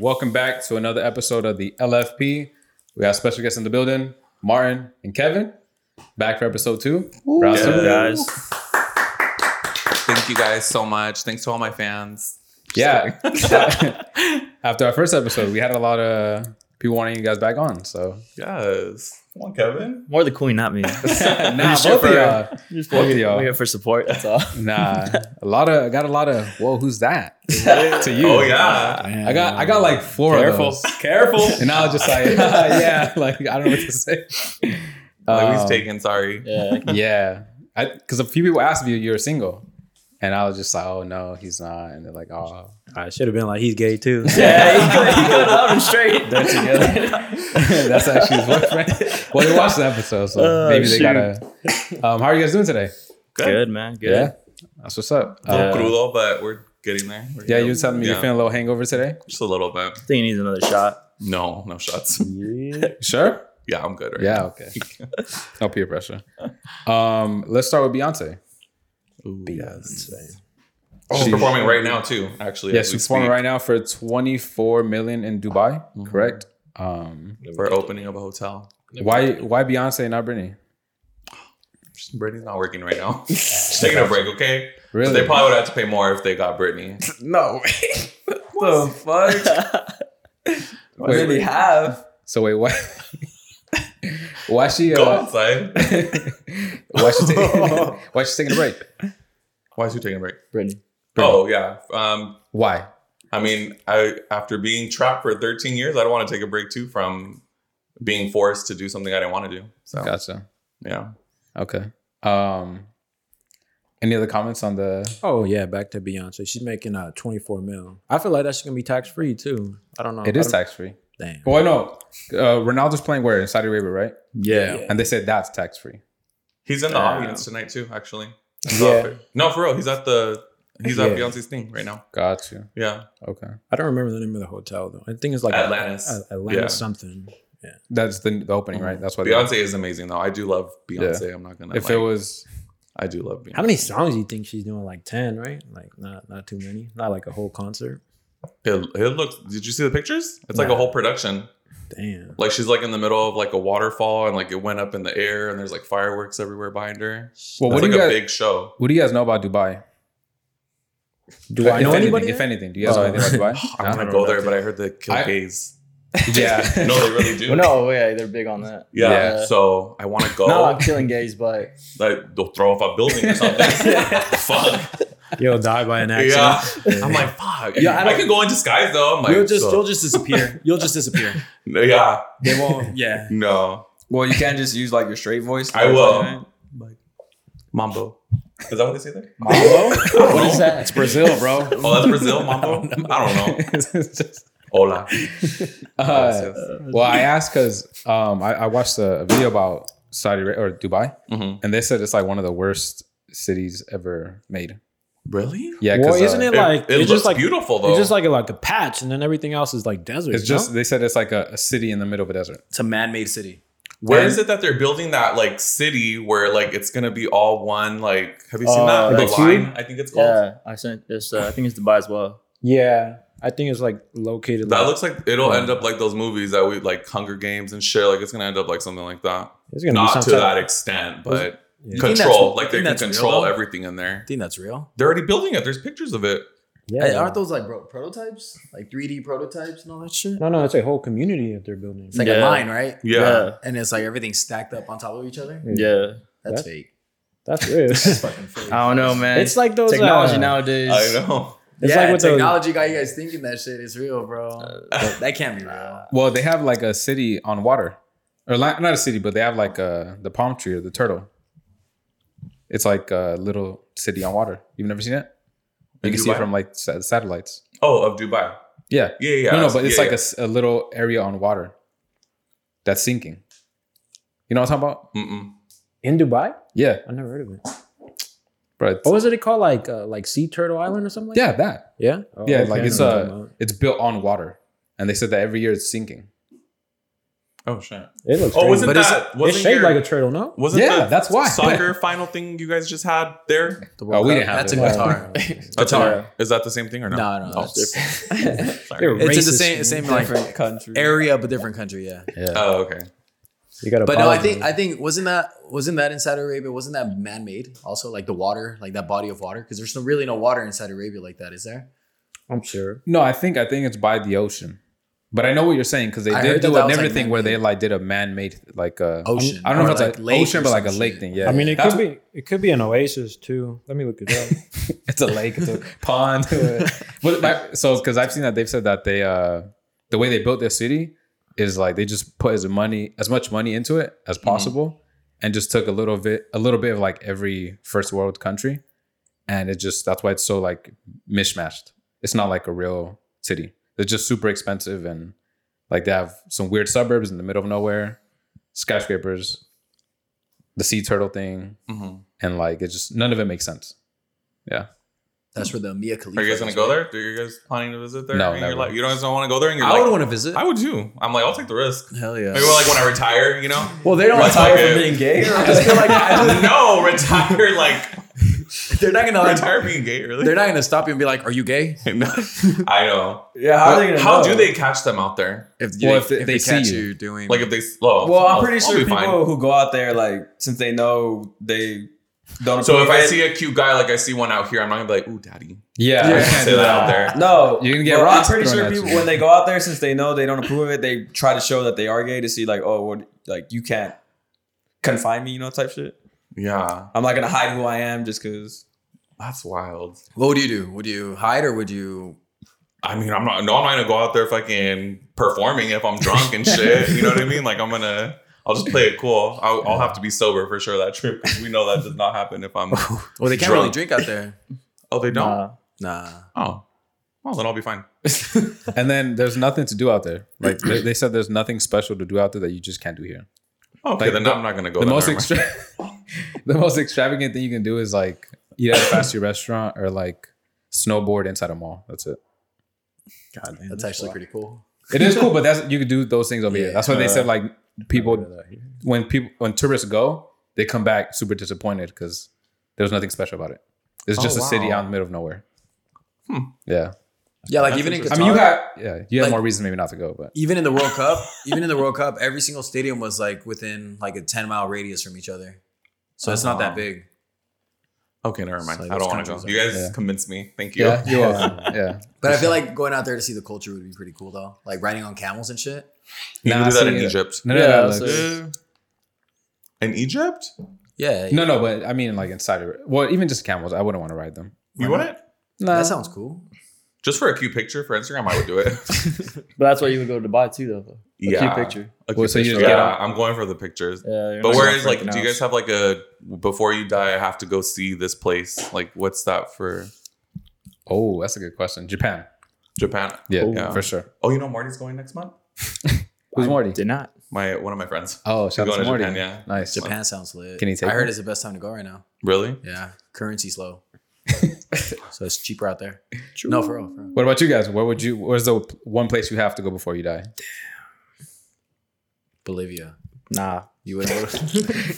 Welcome back to another episode of the LFP. We got special guests in the building, Martin and Kevin, back for episode two. Round two. guys. Thank you guys so much. Thanks to all my fans. Yeah. After our first episode, we had a lot of people wanting you guys back on. So Yes. Come on, Kevin. More the queen, not me. nah, Just here both of for- y'all. Just Both of looking- y'all. we're here for support. That's all. Nah, a lot of I got a lot of. Whoa, who's that? to you. Oh yeah. I got I got like four Careful. of those, Careful. and I was just like, yeah, like I don't know what to say. Um, Like, he's taken. Sorry. Yeah. Yeah, because a few people asked if you you were single, and I was just like, oh no, he's not, and they're like, oh, I should have been like, he's gay too. Yeah, he could, he could out and straight. they're together. That's actually his boyfriend. Well, they watched the episode, so Oh, maybe they shoot. gotta. Um, how are you guys doing today? Good, man. Good. Yeah, that's what's up. A little Uh, Um, crudo, but we're getting there. We're yeah, good. you were telling me you're Yeah, feeling a little hangover today. just a little bit. I think he needs another shot. No, no shots. Sure. Yeah, I'm good. Right Yeah. Okay. No peer pressure. Um, let's start with Beyonce. now. Ooh, yes. She's- She's performing right now too. Actually, Yeah, as we she's performing speak, right now for 24 million in Dubai. Correct. Um, for opening of a hotel. why? Why Beyonce and not Britney? Just- Brittany's not working right now. she's taking a break. Okay. But Really? they probably would have to pay more if they got Brittany. No. what the fuck? What Wait, did he wait. have? So wait, why? why she? Go Uh, outside. why she? Taking, why she taking a break? Why is she taking a break? Brittany. Oh yeah. Um, Why? I mean, I after being trapped for 13 years, I don't want to take a break too from being forced to do something I didn't want to do. So Gotcha. yeah, Okay. Um. Any other comments on the? Oh yeah, back to Beyonce. She's making uh 24 mil. I feel like that's gonna be tax free too. Um, I don't know. It is tax free. Damn. Well, no. Uh, Ronaldo's playing where in Saudi Arabia, right? Yeah. And they said that's tax free. he's in the Yeah. audience tonight too. Actually, I saw Yeah. it. No, for real, he's at the he's at Yeah. Beyonce's thing right now. Got you. Yeah, Okay. I don't remember the name of the hotel though. I think it's like Atlantis. A, a- Atlantis Yeah. something. That's the, the opening, right? That's why. they- Beyonce is amazing though. I do love Beyonce. I'm not gonna. uh, If lie. it was, I do love Beyonce. How many songs do you think she's doing? Like 10, right? Like not not too many. Not like a whole concert. It, it looks. Did you see the pictures? It's like a Nah. whole production. Damn. Like she's like in the middle of like a waterfall and like it went up in the air and there's like fireworks everywhere behind well, her. it's what do like you a guys? big show. What do you guys know about Dubai? Do I if know anything, anybody? If anything, do you guys know Oh. anything about I want Dubai? to don't go know there, nothing. but I heard the kill I- gays. No? yeah. No, they really do. Well, no, yeah, they're big on that. Yeah. Yeah. So I want to go. No, I'm killing gays, but Like they'll throw off a building or something. fuck. You'll die by an Yeah. accident. I'm like, fuck. Yeah, I I, don't- can go in disguise though. I'm like, you'll just so- you'll just disappear. You'll just disappear. yeah. They won't. Yeah. No. Well, you can't just use like your straight voice. I will. Mambo. Is that what they say there? what is that? It's Brazil, bro. Oh, that's Brazil. Mambo. I don't know. It's just- Hola. uh, well, I asked because um, I, I watched a a video about Saudi Arabia or Dubai, Mhm. and they said it's like one of the worst cities ever made. Really? Yeah, well, 'cause, uh, isn't it It, like it it's looks just like beautiful though. it's just like a, like a patch, and then everything else is like desert. It's no? just they said it's like a, a city in the middle of a desert. It's a man-made city. Where And- is it that they're building that like city where like it's gonna be all one like have you seen Uh, that? The like a line, I think it's called. Yeah, I sent this. Uh, I think it's Dubai as well. Yeah, I think it's like located. That like, looks like it'll end up like those movies that we like Hunger Games and shit. Like it's gonna end up like something like that. it's gonna be Not some to type- that extent, but Yeah. think control. that's- Like you they can think that's real, control though? everything in there. think that's real. They're already building it. There's pictures of it. Yeah, Hey, aren't those like bro- prototypes, like 3D prototypes and all that shit? No, no, it's a whole community that they're building. It's like a Yeah. line, right? Yeah. And it's like everything's stacked up on top of each other. yeah. yeah. That's That- fake. That's real. That's fucking fake. I don't know, man. it's like those uh, technology nowadays. I know. It's yeah, like with those- technology got you guys thinking that shit is real, bro. Uh, But that can't be real. Well, they have like a city on water, or like, not a city, but they have like uh, the palm tree or the turtle. It's like a little city on water. You've never seen it? You In can see it Dubai? from like sa- satellites. Oh, of Dubai. Yeah. Yeah, yeah. no, no, but it's yeah, like a yeah. s- a, little area on water that's sinking. You know what I'm talking about? Mm-mm. in Dubai. Yeah, I never heard of it. bro. it's- What was it called? Like uh, like Sea Turtle Island or something. like yeah, that. that? Yeah. Oh, Yeah, okay, like I it's know what you're uh, talking it's built on water, and they said that every year it's sinking. Oh shit. It looks. Oh, crazy. wasn't but it's- that- it's wasn't shaped your- like a turtle? No. Wasn't Yeah, the that's why. soccer final thing you guys just had there? Oh, we didn't have That's it. a guitar. Guitar. Is that the same thing or no? no, no, Oh, that's different. sorry. They're It's in the racist, same man. same like Different country. area, but different country. Yeah. Oh, okay. You got to. But no, I think I think wasn't that wasn't that in Saudi Arabia? Wasn't that man made? Also, like the water, like that body of water, because there's no, really no water in Saudi Arabia like that, is there? I'm sure. No, I think I think it's by the ocean. But I know what you're saying because they I did heard that do that another was, like, thing where they man-made. like did a man-made like uh, Ocean. I don't know Or, if it's like, like, lake ocean, or but like a some lake shit. thing. Yeah, I mean, it That's could be it could be an oasis too. Let me look it up. it's a lake, it's a pond. but my, so because I've seen that they've said that they uh the way they built their city is like they just put as money as much money into it as Mm-hmm. possible and just took a little bit a little bit of like every first world country and it just that's why it's so like mishmashed. It's not like a real city. They're just super expensive and like they have some weird suburbs in the middle of nowhere, skyscrapers, the sea turtle thing, hmm and like it just none of it makes sense. That's where the Mia Khalifa. Are you guys gonna is, go right? there? Are you guys planning to visit there No, in your never. life? You don't guys don't want to go there in your I life? would want to visit. I would too. I'm like, I'll take the risk. Hell yeah. Maybe like when I retire, you know? well, they don't Like, retire okay. from being gay. I just feel like no, retire like they're not gonna retire being gay, really? they're not gonna stop you and be like, "Are you gay?" I know. Yeah, How, how, are they gonna know? do they catch them out there? If, Well, if they- they see you. doing Like if they slow. Well, I'm pretty sure people who go out there, like, since they know they don't. So if I approve it- see a cute guy like I see one out here, I'm not gonna be like, ooh, daddy. Yeah, I you Yeah. can't can't say do that that. out there. No, You're gonna get but I'm rocks pretty thrown sure at people you. when they go out there, since they know they don't approve of it, they try to show that they are gay to see like, oh, what, like you can't confine me, you know, type shit. Yeah, I'm not gonna hide who I am just because. that's wild. What would you do? Would you hide or would you? I mean, I'm not. No, I'm not gonna go out there fucking performing if I'm drunk and shit. You know what I mean? Like I'm gonna. I'll just play it cool. I'll, I'll have to be sober for sure that trip. 'cause We know that does not happen if I'm. Well, they can't Drunk. really drink out there. Oh, they don't. Nah. Oh, well then I'll be fine. And then there's nothing to do out there. Like they, they said, there's nothing special to do out there that you just can't do here. Okay, Like, then the- I'm not gonna go. the then, most never mind. extra- the most extravagant thing you can do is like eat at a fast food restaurant or like snowboard inside a mall. That's it. God damn, That's actually pretty cool. It is cool, but that's you can do those things over here. Yeah. That's why they said like people People, when people when tourists go, they come back super disappointed because there's nothing special about it. It's Oh, just a city wow. out in the middle of nowhere. Hmm. Yeah, Yeah, like That's even in Qatar, I mean you got yeah you have Like- more reason maybe not to go, but even in the World Cup, even in the World Cup, every single stadium was like within like a ten mile radius from each other. So it's not Oh. that big. Okay, never mind. It's like I don't those want to go. countries You are- guys Yeah. convinced me. Thank you. yeah, you're welcome. yeah. But I feel like going out there to see the culture would be pretty cool though. Like riding on camels and shit. You Nah, can do that in see, uh, Egypt. No, no, Yeah, no, so- like- In Egypt? Yeah. No, no, but I mean like inside of Well, even just camels, I wouldn't want to ride them. You wouldn't? No, That sounds cool. Just for a cute picture for Instagram, I would do it. But that's why you would go to Dubai too, though. Yeah. A Well, cute so you picture. just get yeah, out- I'm going for the pictures. Yeah, But where is like? Do you guys have like a before you die? I have to go see this place. Like, what's that for Oh, that's a good question. Japan. Japan? Yeah, Oh. yeah, for sure. Oh, you know Marty's going next month. Who's Morty? Did not. My one of my friends. oh, shout out going to to Morty. Japan, yeah. Nice. Japan sounds lit. Can you take I heard me? it's the best time to go right now. Really? Yeah. Currency's low. so it's cheaper out there. No, for real, for real. What about you guys? Where would you? Where's the one place you have to go before you die? Bolivia. Nah. You would go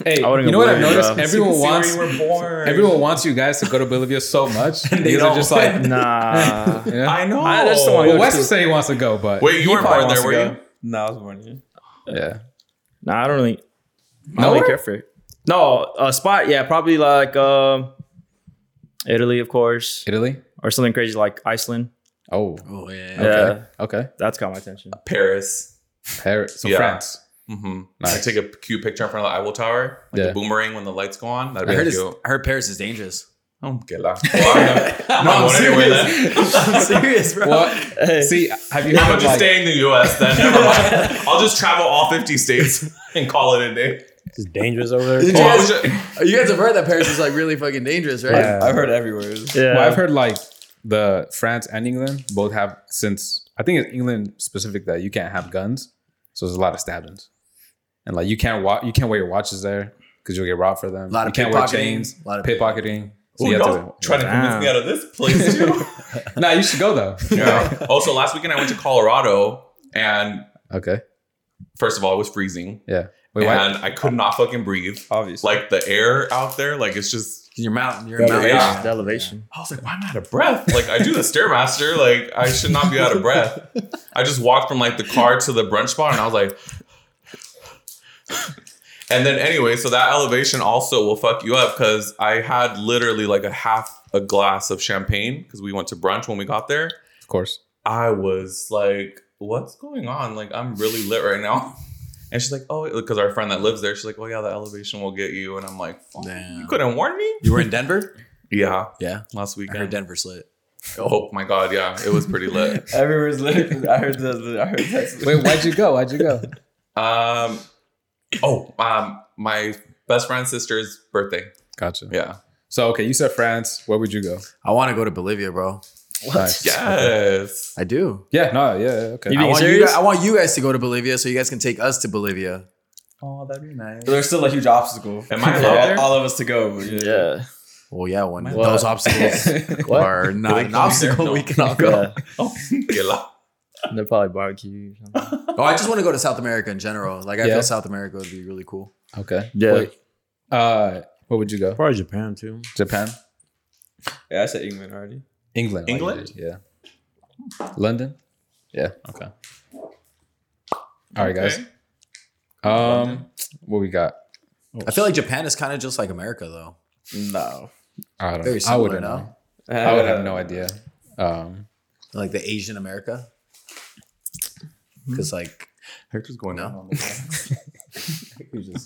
Hey, I wouldn't you know go what I've Bolivia, noticed? bro. Everyone wants See where you were born. everyone wants you guys to go to Bolivia so much. they are don't. just like, Nah. you know? I know. I just don't wanna Well, go Wes to- said he wants to go, but Wait, you He weren't probably born wants there, to were go. you? Nah, I was born here. yeah, Nah, I don't really. No? I don't really care for it. No, a spot. Yeah, probably like um, Italy, of course, Italy. or something crazy like Iceland. Oh, Oh yeah. Yeah. okay, okay. That's got my attention. Paris. Paris, so Yeah. France. Mm-hmm. I Nice. take a cute picture in front of the Eiffel Tower, like Yeah. the boomerang when the lights go on. That'd I be heard, it's, cute. I heard Paris is dangerous. Oh, que la- Well, I'm not- I'm not going anywhere then. I'm serious, bro. What? Hey. See, have you heard I'm gonna of just like? stay in the U.S. Then never mind. I'll just travel all 50 states and call it a day. it's dangerous over there. you Oh, I was guys- ju- You guys have heard that Paris is like really fucking dangerous, right? Yeah. I've heard everywhere. Yeah, Well, I've heard like the France and England both have since I think it's England specific that you can't have guns, so there's a lot of stabbings, and like you can't wa- you can't wear your watches there because you'll get robbed for them. A lot you of can't wear pickpocketing. chains, A lot of pickpocketing. So Ooh, you Oh, y'all have trying to. to convince Wow. me out of this place too. Nah, you should go though. yeah. Also, last weekend I went to Colorado and Okay. First of all, it was freezing, Yeah. Wait, why? and I could not fucking breathe. obviously. Like the air out there, like it's just. Your mountain, your The elevation. mountain. yeah. The elevation. I was like, why am I out of breath? Like I do the stairmaster, like I should not be out of breath. I just walked from like the car to the brunch spot, and I was like. And then anyway, so that elevation also will fuck you up because I had literally like a half a glass of champagne because we went to brunch when we got there. Of course. I was like, what's going on? Like, I'm really lit right now. And she's like, oh, because our friend that lives there, she's like, oh, yeah, the elevation will get you. And I'm like, fuck, you Damn. couldn't warn me? You were in Denver? Yeah, Yeah. last I heard weekend. Denver's lit. Oh my God, yeah, it was pretty lit. Everywhere's lit. I heard that. I heard that. Wait, why'd you go? Why'd you go? um, oh, um, my best friend's sister's birthday. Gotcha. Yeah. So okay, you said France. Where would you go? I want to go to Bolivia, bro. Nice. Yes. I do. Yeah. No. Yeah. yeah, Okay. You I being want, you serious? guys, I want you guys to go to Bolivia so you guys can take us to Bolivia. Oh, that'd be nice. There's still a huge obstacle. Am I for allowed all- there? all of us to go? Yeah. Yeah. Well, yeah, when What? those obstacles What? are They not come an there, obstacle, no. we can all go. yeah. Oh, get lost. They're probably barbecue. Or something. Oh, I just want to go to South America in general. Like, I Yeah. feel South America would be really cool. okay. Yeah. Wait, uh, where would you go? Probably Japan too. Japan. Yeah, I said England already. England. like England? you did, yeah. London. Yeah. Okay. All right, guys. Okay. Um, what we got? I feel like Japan is kind of just like America, though. No. I don't. Very know. I similar, wouldn't no? know. I would have no idea. Um, Like the Asian America. Because, like, Hector's Hmm. going No. on.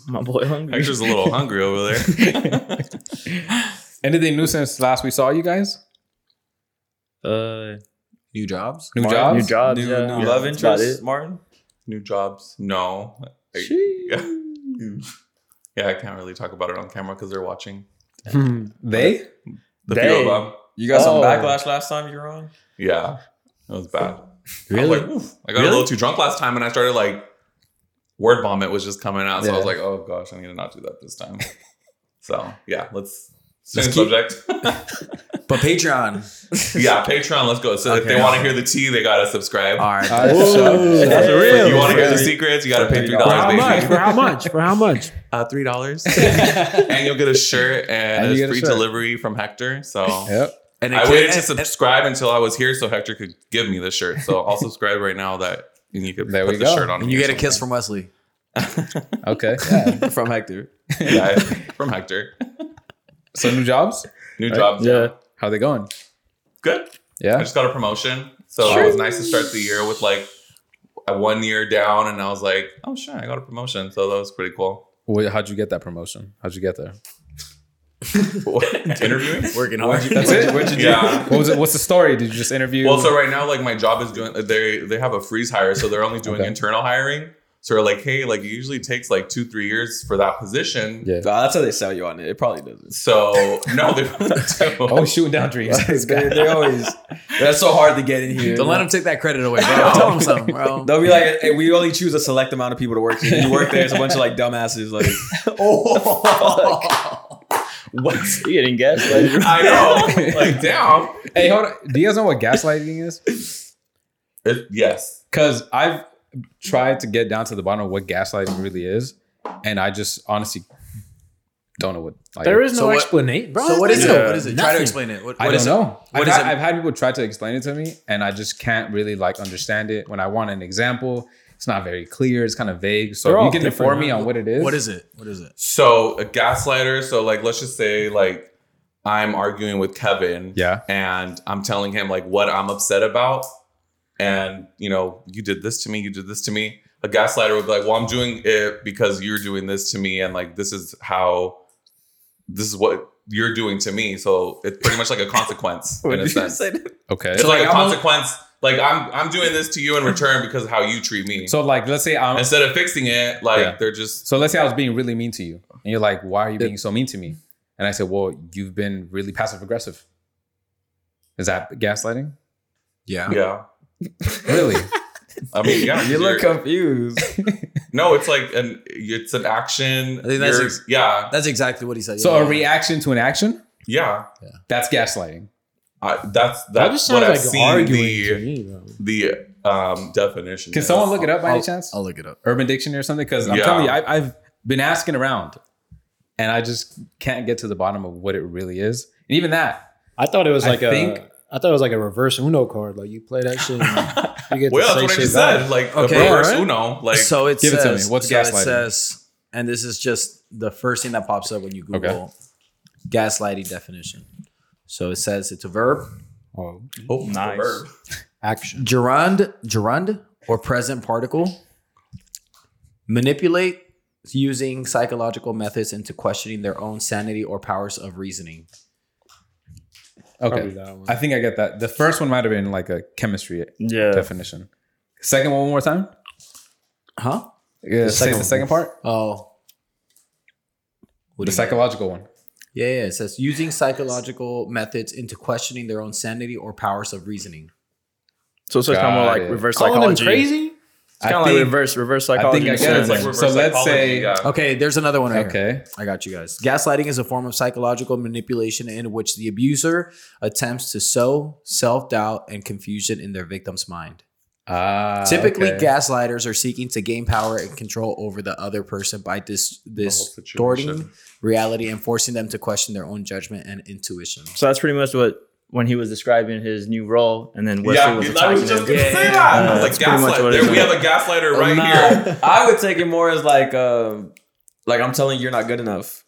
My boy hungry. Hector's a little hungry over there. anything new since last we saw you guys? Uh, new jobs. New Martin, jobs. new jobs. New, yeah. new love That's about interest, it. Martin. New jobs? No. I- Yeah. Yeah, I can't really talk about it on camera because they're watching. They? The Dang. few of them. You got some Oh. backlash last time you were on. Yeah. It was bad. I, Really? was like, "Oof." I got Really? a little too drunk last time and I started like word vomit was just coming out. So I was Yeah. like, oh gosh, I need to not do that this time. so yeah, let's same keep- subject. But Patreon. yeah, Patreon, let's go. So if Okay. they want to hear the tea, they gotta subscribe. All right. Uh, Whoa. that's Hey. real. You want to hear the Free. secrets? You gotta pay Free. three For how dollars, much? baby. For how much? For how much? Uh, three dollars, and you'll get a shirt and, And you get it's a free shirt. delivery from Hector. So Yep. and it I can't- waited to and- subscribe until I was here so Hector could give me the shirt. So I'll subscribe right now that and you could There put we the go. shirt on. And you get a kiss from Wesley. Okay. Yeah. From Hector. kiss yeah, from Hector. So new jobs? New Right? jobs. Yeah. How they going? Good. I Yeah. just got a promotion. So it was nice to start the year with like a one year down and I was like, oh sure, I got a promotion. So that was pretty cool. Wh- How'd you get that promotion? How'd you get there? Interviewing? Working hard. That's it. What'd you do? Yeah. What was it? What's the story? Did you just interview? Well, so right now, like my job is doing they they have a freeze hire, so they're only doing Okay. internal hiring. So we're like, hey, like it usually takes like two, three years for that position. yeah. Nah, that's how they sell you on it. It probably doesn't. So no, they don't. Oh, shooting down dreams. This guy. they, they always. That's so hard to get in here. Don't let him take that credit away, bro. No. Tell him something, bro. They'll be like, hey, we only choose a select amount of people to work here. You work there, it's a bunch of like dumbasses. Like, What? You getting gaslighted? I know. Like, damn. hey, hold on. Do you guys know what gaslighting is? It- yes. Because I've tried to get down to the bottom of what gaslighting really is, and I just honestly don't know what. Like, There is no So what- explanation, bro. So what is Yeah. it? What is it? Try to Nothing. explain it. What, I what don't is it? know. What I've, is had, it? I've had people try to explain it to me, and I just can't really like understand it. When I want an example, it's not very clear. It's kind of vague. So They're if all you can different, inform me huh? on what it is. What is it? What is it? So a gaslighter. So like, let's just say like I'm arguing with Kevin. Yeah. And I'm telling him like what I'm upset about, and you know, you did this to me. You did this to me. A gaslighter would be like, well, I'm doing it because you're doing this to me, and like this is how, this is what you're doing to me. So it's pretty much like a consequence in a sense. Okay. It's So, So, like, like, a I'm only- consequence. like I'm I'm doing this to you in return because of how you treat me. like, let's say um, I'm. instead of fixing it, like Yeah. they're just So let's say I was being really mean to you, and you're like, "Why are you being so mean to me?" And I said, "Well, you've been really passive aggressive." Is that gaslighting? Yeah. yeah. Really? I mean, yeah, you you're- look confused. No, it's like an it's an action. I think that's You're- ex- yeah, That's exactly what he said. so Yeah. a reaction to an action? yeah. That's gaslighting. I, that's That that's just what sounds I've like seen arguing to the me, bro. the um, definition. Can is. someone look it up by any I'll- chance? I'll look it up. Urban Dictionary or something? Because I'm Yeah. telling you, I, I've been asking around, and I just can't get to the bottom of what it really is. And even that, I thought it was I like a. think- I thought it was like a reverse Uno card. Like you play that shit, and you get to Well, say that's what I shit just back. said. Like Okay, the reverse alright. Uno. Like so it give it to says, me. What's so It gaslighting? says, and this is just the first thing that pops up when you Google Okay. gaslighting definition. So it says it's a verb, Oh, oh, Nice. verb. action. gerund, gerund, or present particle. Manipulate using psychological methods into questioning their own sanity or powers of reasoning. okay, that one. I think I get that. The first one might have been like a chemistry Yeah. definition. Second one, one more time. Huh? Yeah, The say second the second part. Oh. The What do you mean? psychological one. Yeah, yeah, it says using psychological methods into questioning their own sanity or powers of reasoning. So it's like kind of Got like it. reverse Calling them psychology. crazy. It's kind of like reverse reverse I think psychology. I in a get it. sense. It's like reverse So let's psychology, say- yeah. Okay, there's another one right here. Okay. I got you guys. Gaslighting is a form of psychological manipulation in which the abuser attempts to sow self doubt and confusion in their victim's mind. Ah, Typically, okay. gaslighters are seeking to gain power and control over the other person by dis- distorting situation. reality and forcing them to question their own judgment and intuition. So that's pretty much what when he was describing his new role, and then Wesley yeah, was I attacking was just him. gonna say Yeah, that. yeah, I was like, that's pretty much gaslight. what it There, is. we have a gaslighter right Nah, here. I would take it more as like, um, like I'm telling you, you're not good enough.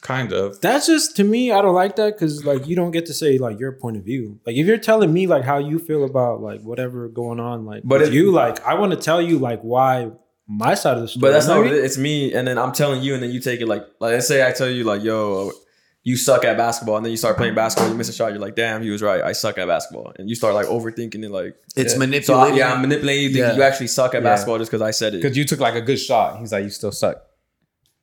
Kind of. That's just to me. I don't like that because like you don't get to say like your point of view. Like if you're telling me like how you feel about like whatever going on, like But but if it- you like, I want to tell you like why my side of the story. But that's not what it Like, is. It's me, and then I'm telling you, and then you take it like, like let's say I tell you like, yo, you suck at basketball, and then you start playing basketball, you miss a shot, you're like, damn, he was right, I suck at basketball, and you start like overthinking it, like, It's Yeah. so I, manipulating. yeah, I'm manipulating you, think Yeah. you actually suck at Yeah. basketball just because I said it, Because you took like a good shot. He's like, you still suck.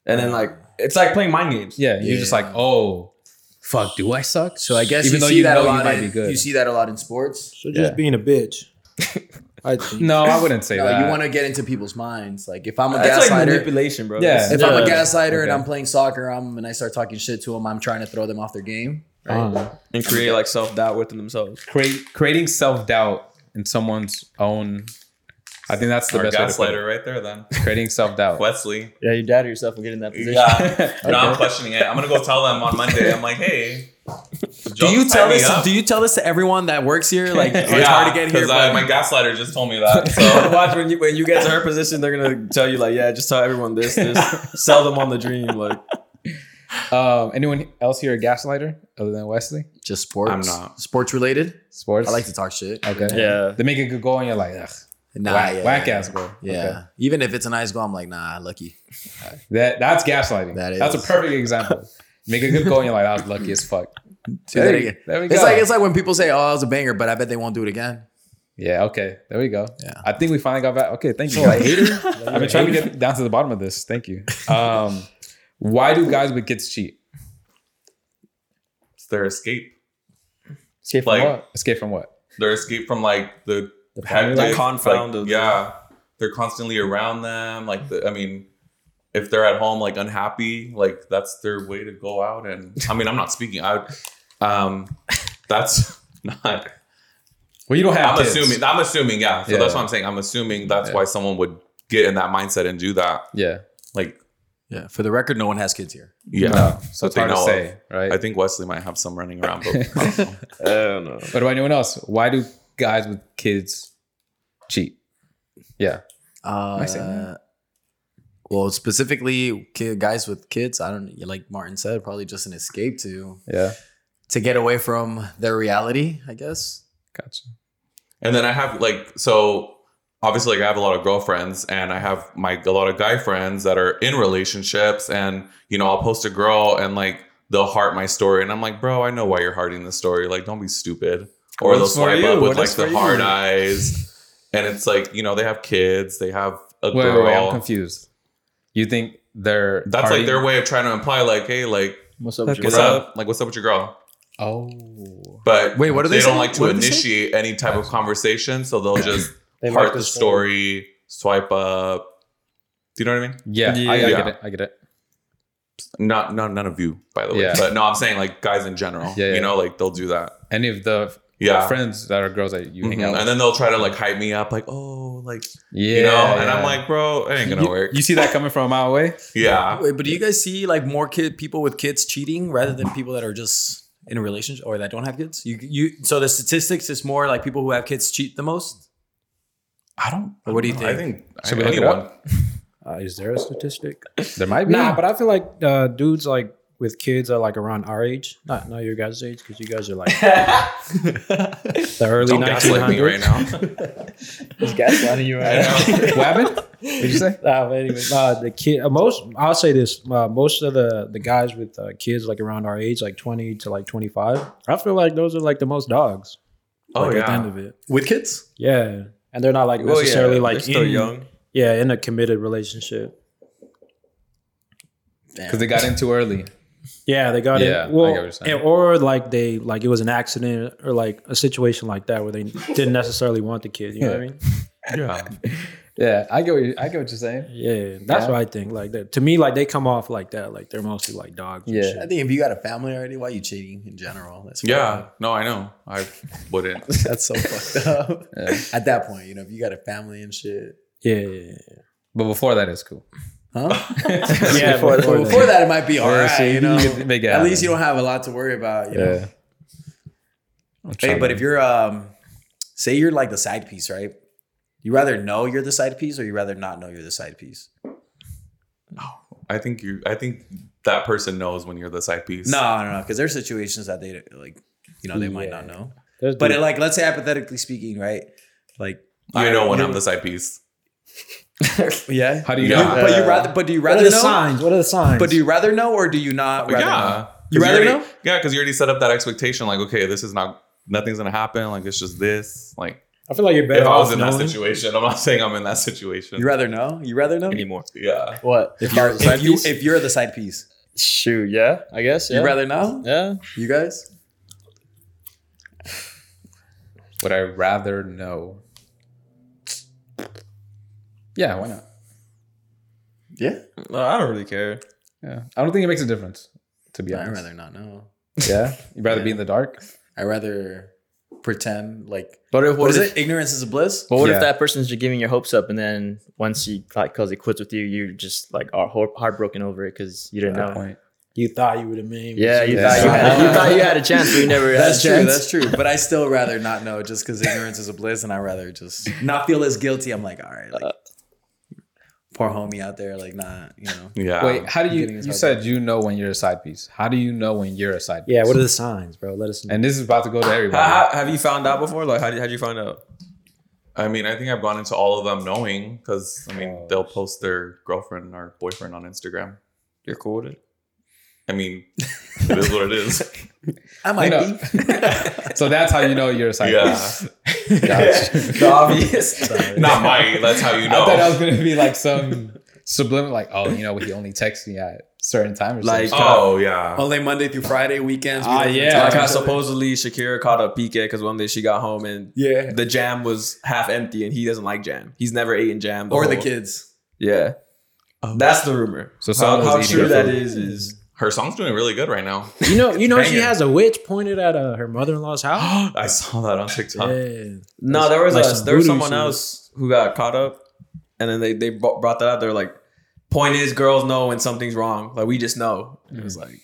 and then like it's like playing mind games. Yeah, you're just like, oh, fuck, do I suck? So I guess Even you though see you that know a you lot. might in, be good. You see that a lot in sports. So just Yeah. being a bitch. I think. No, I wouldn't say No, that. you want to get into people's minds. Like if I'm a That's like gaslighter, manipulation, bro. Yeah. That's- if I'm a Yeah. gaslighter Okay. and I'm playing soccer, I'm and I start talking shit to them, I'm trying to throw them off their game. Uh, and create like self doubt within themselves. create creating self doubt in someone's own. I think that's the Our best way to put gaslighter it. right there. Then Creating self doubt. Wesley. Yeah, you doubt yourself and get in that position. Yeah. No, I'm questioning it. I'm gonna go tell them on Monday. I'm like, hey. Do you tell this? Do you tell this to everyone that works here? Like yeah, it's hard to get here. Because I- my But gaslighter just told me that. So Watch when you when you get to her position, they're gonna tell you like, yeah, just tell everyone this, this, sell them on the dream, like. Um, anyone else here a gaslighter other than Wesley? just sports. I'm not. sports related. Sports. I like to talk shit. Okay. Yeah. They make a good goal and you're like, ugh, Nah, whack, yeah, whack yeah. ass goal. Yeah, Okay. even if it's a nice goal, I'm like, nah, lucky. That that's gaslighting. That That's a is. perfect example. Make a good goal and you're like, that was lucky as fuck. Do There that you- again. there we it's go. like it's like when people say, "Oh, that was a banger," but I bet they won't do it again. Yeah, okay. There we go. Yeah. I think we finally got back. Okay, thank you. guys. I've been trying to get down to the bottom of this. Thank you. Um, why do guys with kids cheat? it's their escape. Escape Like- from what? Escape from what? Their escape from like the, the The confound of- yeah. They're constantly around them. Like the, I mean, if they're at home like unhappy, like that's their way to go out. And I mean, I'm not speaking. I um, that's not. Well, you don't have I'm kids. assuming. I'm assuming. Yeah. So Yeah. that's what I'm saying. I'm assuming that's Yeah. why someone would get in that mindset and do that. Yeah. Like, Yeah. For the record, no one has kids here. yeah. No, so it's they hard to know of. say, right? I think Wesley might have some running around, but I don't know. I don't know. what about anyone else? Why do guys with kids cheat? Yeah. Uh, I see. Well, specifically, kid, guys with kids, I don't like Martin said, probably just an escape to Yeah. to get away from their reality, I guess. Gotcha. And then I have like so obviously like I have a lot of girlfriends and I have my a lot of guy friends that are in relationships and you know I'll post a girl and like they'll heart my story and I'm like, bro, I know why you're hearting this story. Like, don't be stupid. Or What they'll is for swipe you? up with What like is the for you? hard eyes. And it's like, you know, they have kids, they have a Wait, wait, girl. wait, I'm confused. You think they're That's partying- like their way of trying to imply, like, hey, like, What's up? what's up? Like, what's up with your girl? Oh. But Wait, what do they, they don't say? like to What do they say? initiate any type of conversation, so they'll just they part like the story, swipe up. Do you know what I mean? Yeah, I, I Yeah. get it. I get it. Not, not none of you, by the way. Yeah. But no, I'm saying like guys in general. Yeah, yeah. You know, like they'll do that. And if the yeah. friends that are girls that you hang Mhm. out with. And then they'll try to like hype me up, like, oh, like, Yeah, you know, and I'm yeah. like, bro, it ain't gonna you, work. You see that coming from a mile away? yeah. Wait, but do you guys see like more kid people with kids cheating rather than people that are just in a relationship or that don't have kids? You you so the statistics is more like people who have kids cheat the most. I don't. Or what do you I think Should we look it anyone. Uh, is there a statistic? There might be. Nah, but I feel like uh, dudes like with kids are like around our age, not not your guys' age, because you guys are like the early Don't gaslight me 1900s. right now. He's gaslighting you right now. what happened? Did you say? Nah, but anyway, uh, the kid, uh, most I'll say this: uh, most of the the guys with uh, kids like around our age, like twenty to like twenty five, I feel like those are like the most dogs. Oh like, at the yeah. end of it, With kids? yeah, and they're not like Well, yeah, necessarily they're like still in- young. yeah, in a committed relationship. Because they got in too early. Yeah, they got Yeah, I it. get Well, what you're saying. and- or like they like it was an accident or like a situation like that where they didn't necessarily want the kid. You know what I mean? Yeah. Yeah, I get what you, I get what you're saying. Yeah, that's Yeah. what I think. Like that, to me, like they come off like that. Like they're mostly like dogs. and Yeah. shit. I think if you got a family already, why are you cheating in general? That's Yeah. No, I know. I wouldn't. fucked up. That's so fucked up. Yeah. At that point, you know, if you got a family and shit. yeah, yeah, But before that, it's cool. Huh? yeah. yeah before, before before, that. that, it might be all Yeah, right. so you you know, can make it at least happen. you don't have a lot to worry about. You know? Yeah. I'm Hey, trying but to- if you're um, say you're like the side piece, right? You rather know you're the side piece, or you rather not know you're the side piece. I think you. I think that person knows when you're the side piece. No, no, no, because there's situations that they like, you know, they might not Yeah. know. There's But the- it, like, let's say hypothetically speaking, right? Like, I you're- know when you're- I'm the side piece. yeah. how do you Yeah. know? but you Uh, rather, but do you what are rather the know? signs? What are the signs? But do you rather know, or do you not? Rather yeah. know? You rather already, know? Yeah, because you already set up that expectation. Like, okay, this is not. Nothing's gonna happen. Like, it's just this. Like, I feel like you're better if I was off in that knowing. situation, I'm not saying I'm in that situation. You rather know? You rather know? anymore. yeah. What? If, you're, if you if you're the side piece, Shoot, yeah, I guess. Yeah. you rather know? yeah. You guys? Would I rather know? Yeah, why not? Yeah. No, I don't really care. Yeah, I don't think it makes a difference. To be I'd honest, rather not know. yeah, you'd rather be in the dark. I'd rather pretend like But if, what is it? Ignorance is bliss. But what Yeah. if that person's just giving your hopes up, and then once you like, cause it quits with you, you're just like are heart- heartbroken over it because you didn't know. Good point. You thought you would have made. Yeah, you Yeah. thought you, had, you thought you had a chance, but you never had That's a true. chance. That's true. But I still rather not know, just because ignorance is a bliss, and I rather just not feel as guilty. I'm like, all right, like poor homie out there, like not, you know. Yeah. Wait, how do you? getting his You heart said you know when you're a side piece. How do you know when you're a side piece? Yeah, what are the signs, bro? Let us know. and this is about to go to How, everybody. how, have you found out before? Like, how did, how did you find out? I mean, I think I've gone into all of them knowing because I mean, Oh. they'll post their girlfriend or boyfriend on Instagram. You're cool with it. I mean, it is what it is. I might know. be. so that's how you know you're a side Yeah. piece. Gotcha. The obvious. Not my. That's how you I know. thought that was gonna be like some subliminal, like oh, you know, he only texts me at certain time or Like, like. oh yeah. Only Monday through Friday weekends. we Ah, don't yeah. talk Like to how each other. supposedly Shakira caught a PK because one day she got home and Yeah. the jam was half empty and he doesn't like jam. He's never eaten jam. Or the Oh. Oh. whole- kids. Yeah. That's the rumor. So how someone was how eating true her that food. is is Her song's doing really good right now. You know, you know, she Banger. has a witch pointed at uh, her mother in law's house. I saw that on TikTok. Yeah. no. There was Like a, some there was voodoo someone shit. else who got caught up, and then they they brought brought that out. They're like, point is, girls know when something's wrong. Like we just know. And It was like,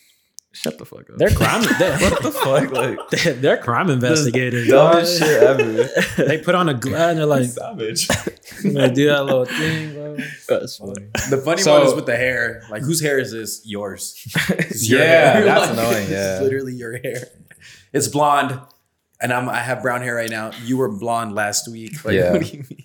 shut the fuck up. They're crime. what the fuck? Like They're, they're crime investigators. dumbest dog. shit ever. They put on a glove and they're like, Savage. I'm gonna do that little thing, bro. That's funny. The funny So- one is with the hair. Like, whose hair is this? Yours. It's your Yeah, hair. that's Like, annoying, it's yeah. literally your hair. It's blonde, and I'm I have brown hair right now. You were blonde last week. Like, Yeah. what do you mean?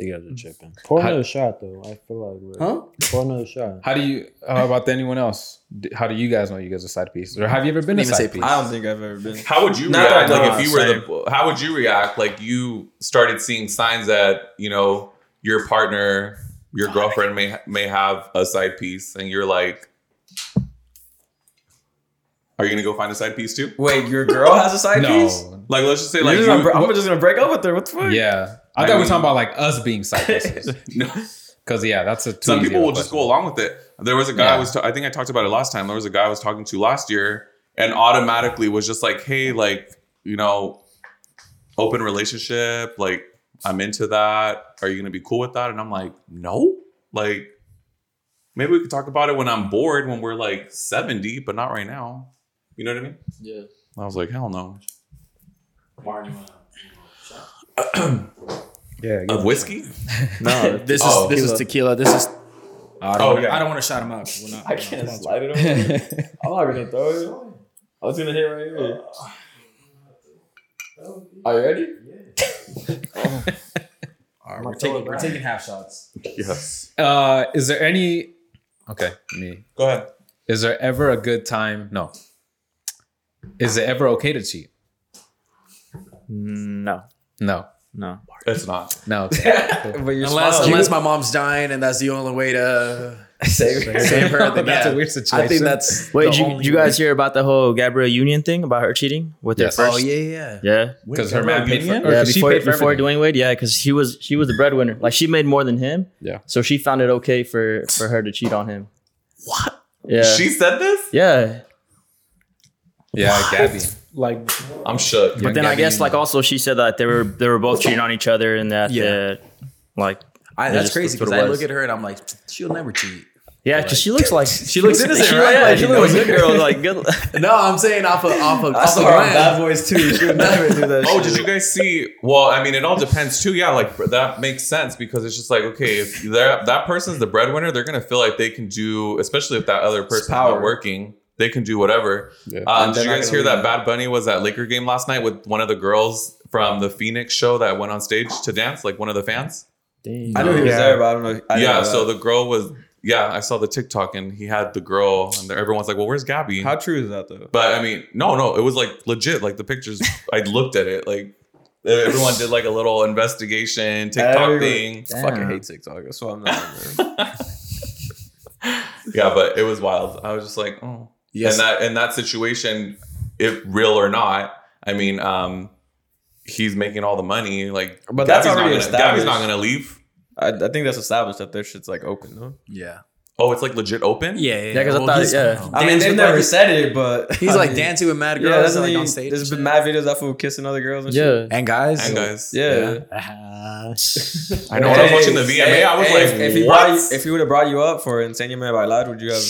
You guys are tripping. Pour another shot though. I feel like we're Huh? pour another shot. How do you? How about anyone else? D- How do you guys know you guys are side pieces, or have you ever been a Didn't even side say piece? I don't think I've ever been. How would you Not react? that- Like if nah, you were the, how would you react? Like you started seeing signs that you know your partner, your girlfriend may may have a side piece, and you're like, are you gonna go find a side piece too? Wait, your girl has a side piece? No. Like let's just say You're like just you, gonna bre- I'm just gonna break up with her. What the fuck? Yeah, I, I thought we were mean- talking about like us being side pieces. No. Because yeah, that's a. too some easy people of a will just question. go along with it. There was a guy Yeah. I was ta- I think I talked about it last time. There was a guy I was talking to last year and automatically was just like, "Hey, like you know, open relationship. Like, I'm into that. Are you going to be cool with that? And I'm like, no. Like, maybe we could talk about it when I'm bored, when we're like 70, but not right now. You know what I mean? Yeah. I was like, hell no. Yeah, Of whiskey? No, this Oh, is this is tequila. This is I Oh, don't. yeah. I don't want to shout him out. 'cause We're not, I we're not can't sponsored. slide it on. I'm not gonna throw it. away. I was gonna hit right here. Are you ready? All right, we're taking we're taking half shots. Yes. Uh, is there any? Okay, me. Go ahead. Is there ever a good time? No. Is it ever okay to cheat? no, No, no. It's not. no. But you're Unless smiling. unless my mom's dying and that's the only way to Save it. save her. Then that's yeah. a weird situation. I think that's oh, Wait, the did you, only did you way. guys hear about the whole Gabrielle Union thing about her cheating with Yes. her Oh first? yeah, yeah. yeah. because her man paid for, Union? or yeah, 'cause she before paid for before everything. Dwayne Wade, yeah, because he was she was the breadwinner. Like she made more than him. Yeah. So she found it okay for for her to cheat on him. What? Yeah. She said this? yeah. Yeah, Gabby. like I'm shook. But then I guess like also she said that they were they were both cheating on each other and that Yeah. the, like I, Yeah, that's just crazy that's because what it I was. look at her and I'm like, she'll never cheat. yeah, because she looks like she looks innocent, she, right? yeah, Like, she you looks know. good girl like good. No, I'm saying off of off of I off saw of her on Bad brand. Boys too. She would never do that. Oh, shit. did you guys see? Well, I mean, it all depends too. Yeah, like that makes sense because it's just like okay, if that that person's the breadwinner, they're gonna feel like they can do, especially if that other person's not power. working, they can do whatever. Yeah. Um, And did they're you not guys gonna hear that leave. Bad Bunny was at Laker game last night with one of the girls from the Phoenix show that went on stage to dance, like one of the fans? I knew he was Yeah. there, but I don't know. I didn't yeah. know So that. the girl was. Yeah, I saw the TikTok and he had the girl, and everyone's like, "Well, where's Gabby?" how true is that though? But I mean, no, no, it was like legit. Like the pictures, I looked at it. Like everyone did like a little investigation, TikTok Everyone- thing. I fucking hate TikTok. That's why I'm not. on there. Yeah, but it was wild. I was just like, oh, Yes. And that in that situation, if real or not, I mean, um, he's making all the money. Like, But that's Gabby's already not gonna, Gabby's not established. gonna leave. I, I think that's established that their shit's like open. No, Yeah, Oh, it's like legit open. yeah, yeah. Yeah, 'cause I Well, thought- he's- yeah. I mean Dance they've with never like- said it, but He's I like mean, dancing with mad Yeah, girls that's like the on thing. stage. There's and been shit. mad videos that fool kissing other girls and shit. Yeah. and guys. And guys, Yeah. I know. when I was watching the VMA, I was Hey, like, if he what? brought you, if he would have brought you up for Enseñame a Bailar, would you have?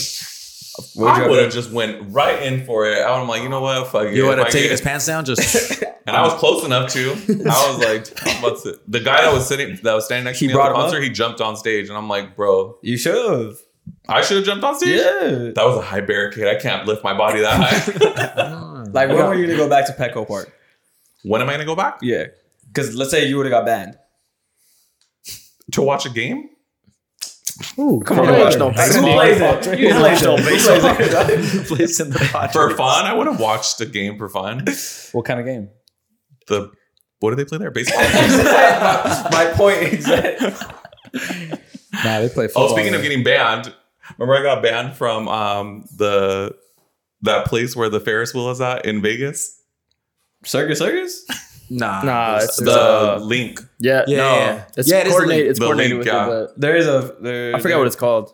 Would you I have? would have done? just went right in for it. I'm like, you know what? Fuck it. You would If have I taken get- his pants down. Just And I was close enough to. I was like, what's it? The guy that was sitting, that was standing next He to me at brought the him up? concert, he jumped on stage, and I'm like, bro, You should have. I should have jumped on stage. Yeah. That was a high barricade. I can't lift my body that high. Like when were you gonna go back to Petco Park? when am I gonna go back Yeah. Because let's say you would have got banned. to watch a game? Come on, watch no Who plays it? You plays it? Who plays it? For fun, I would have watched a game for fun. What kind of game? The what do they play there? Baseball. Oh, My point is that Nah, they play football. oh, speaking of getting banned, remember I got banned from um the that place where the Ferris wheel is at in Vegas? circus, circus. nah, Nah, it's- There's The a- link. Yeah, Yeah, no, yeah. it's Yeah, it is the coordinated. link. it's The coordinated link, with yeah. the, There is a. There, I forgot what it's called.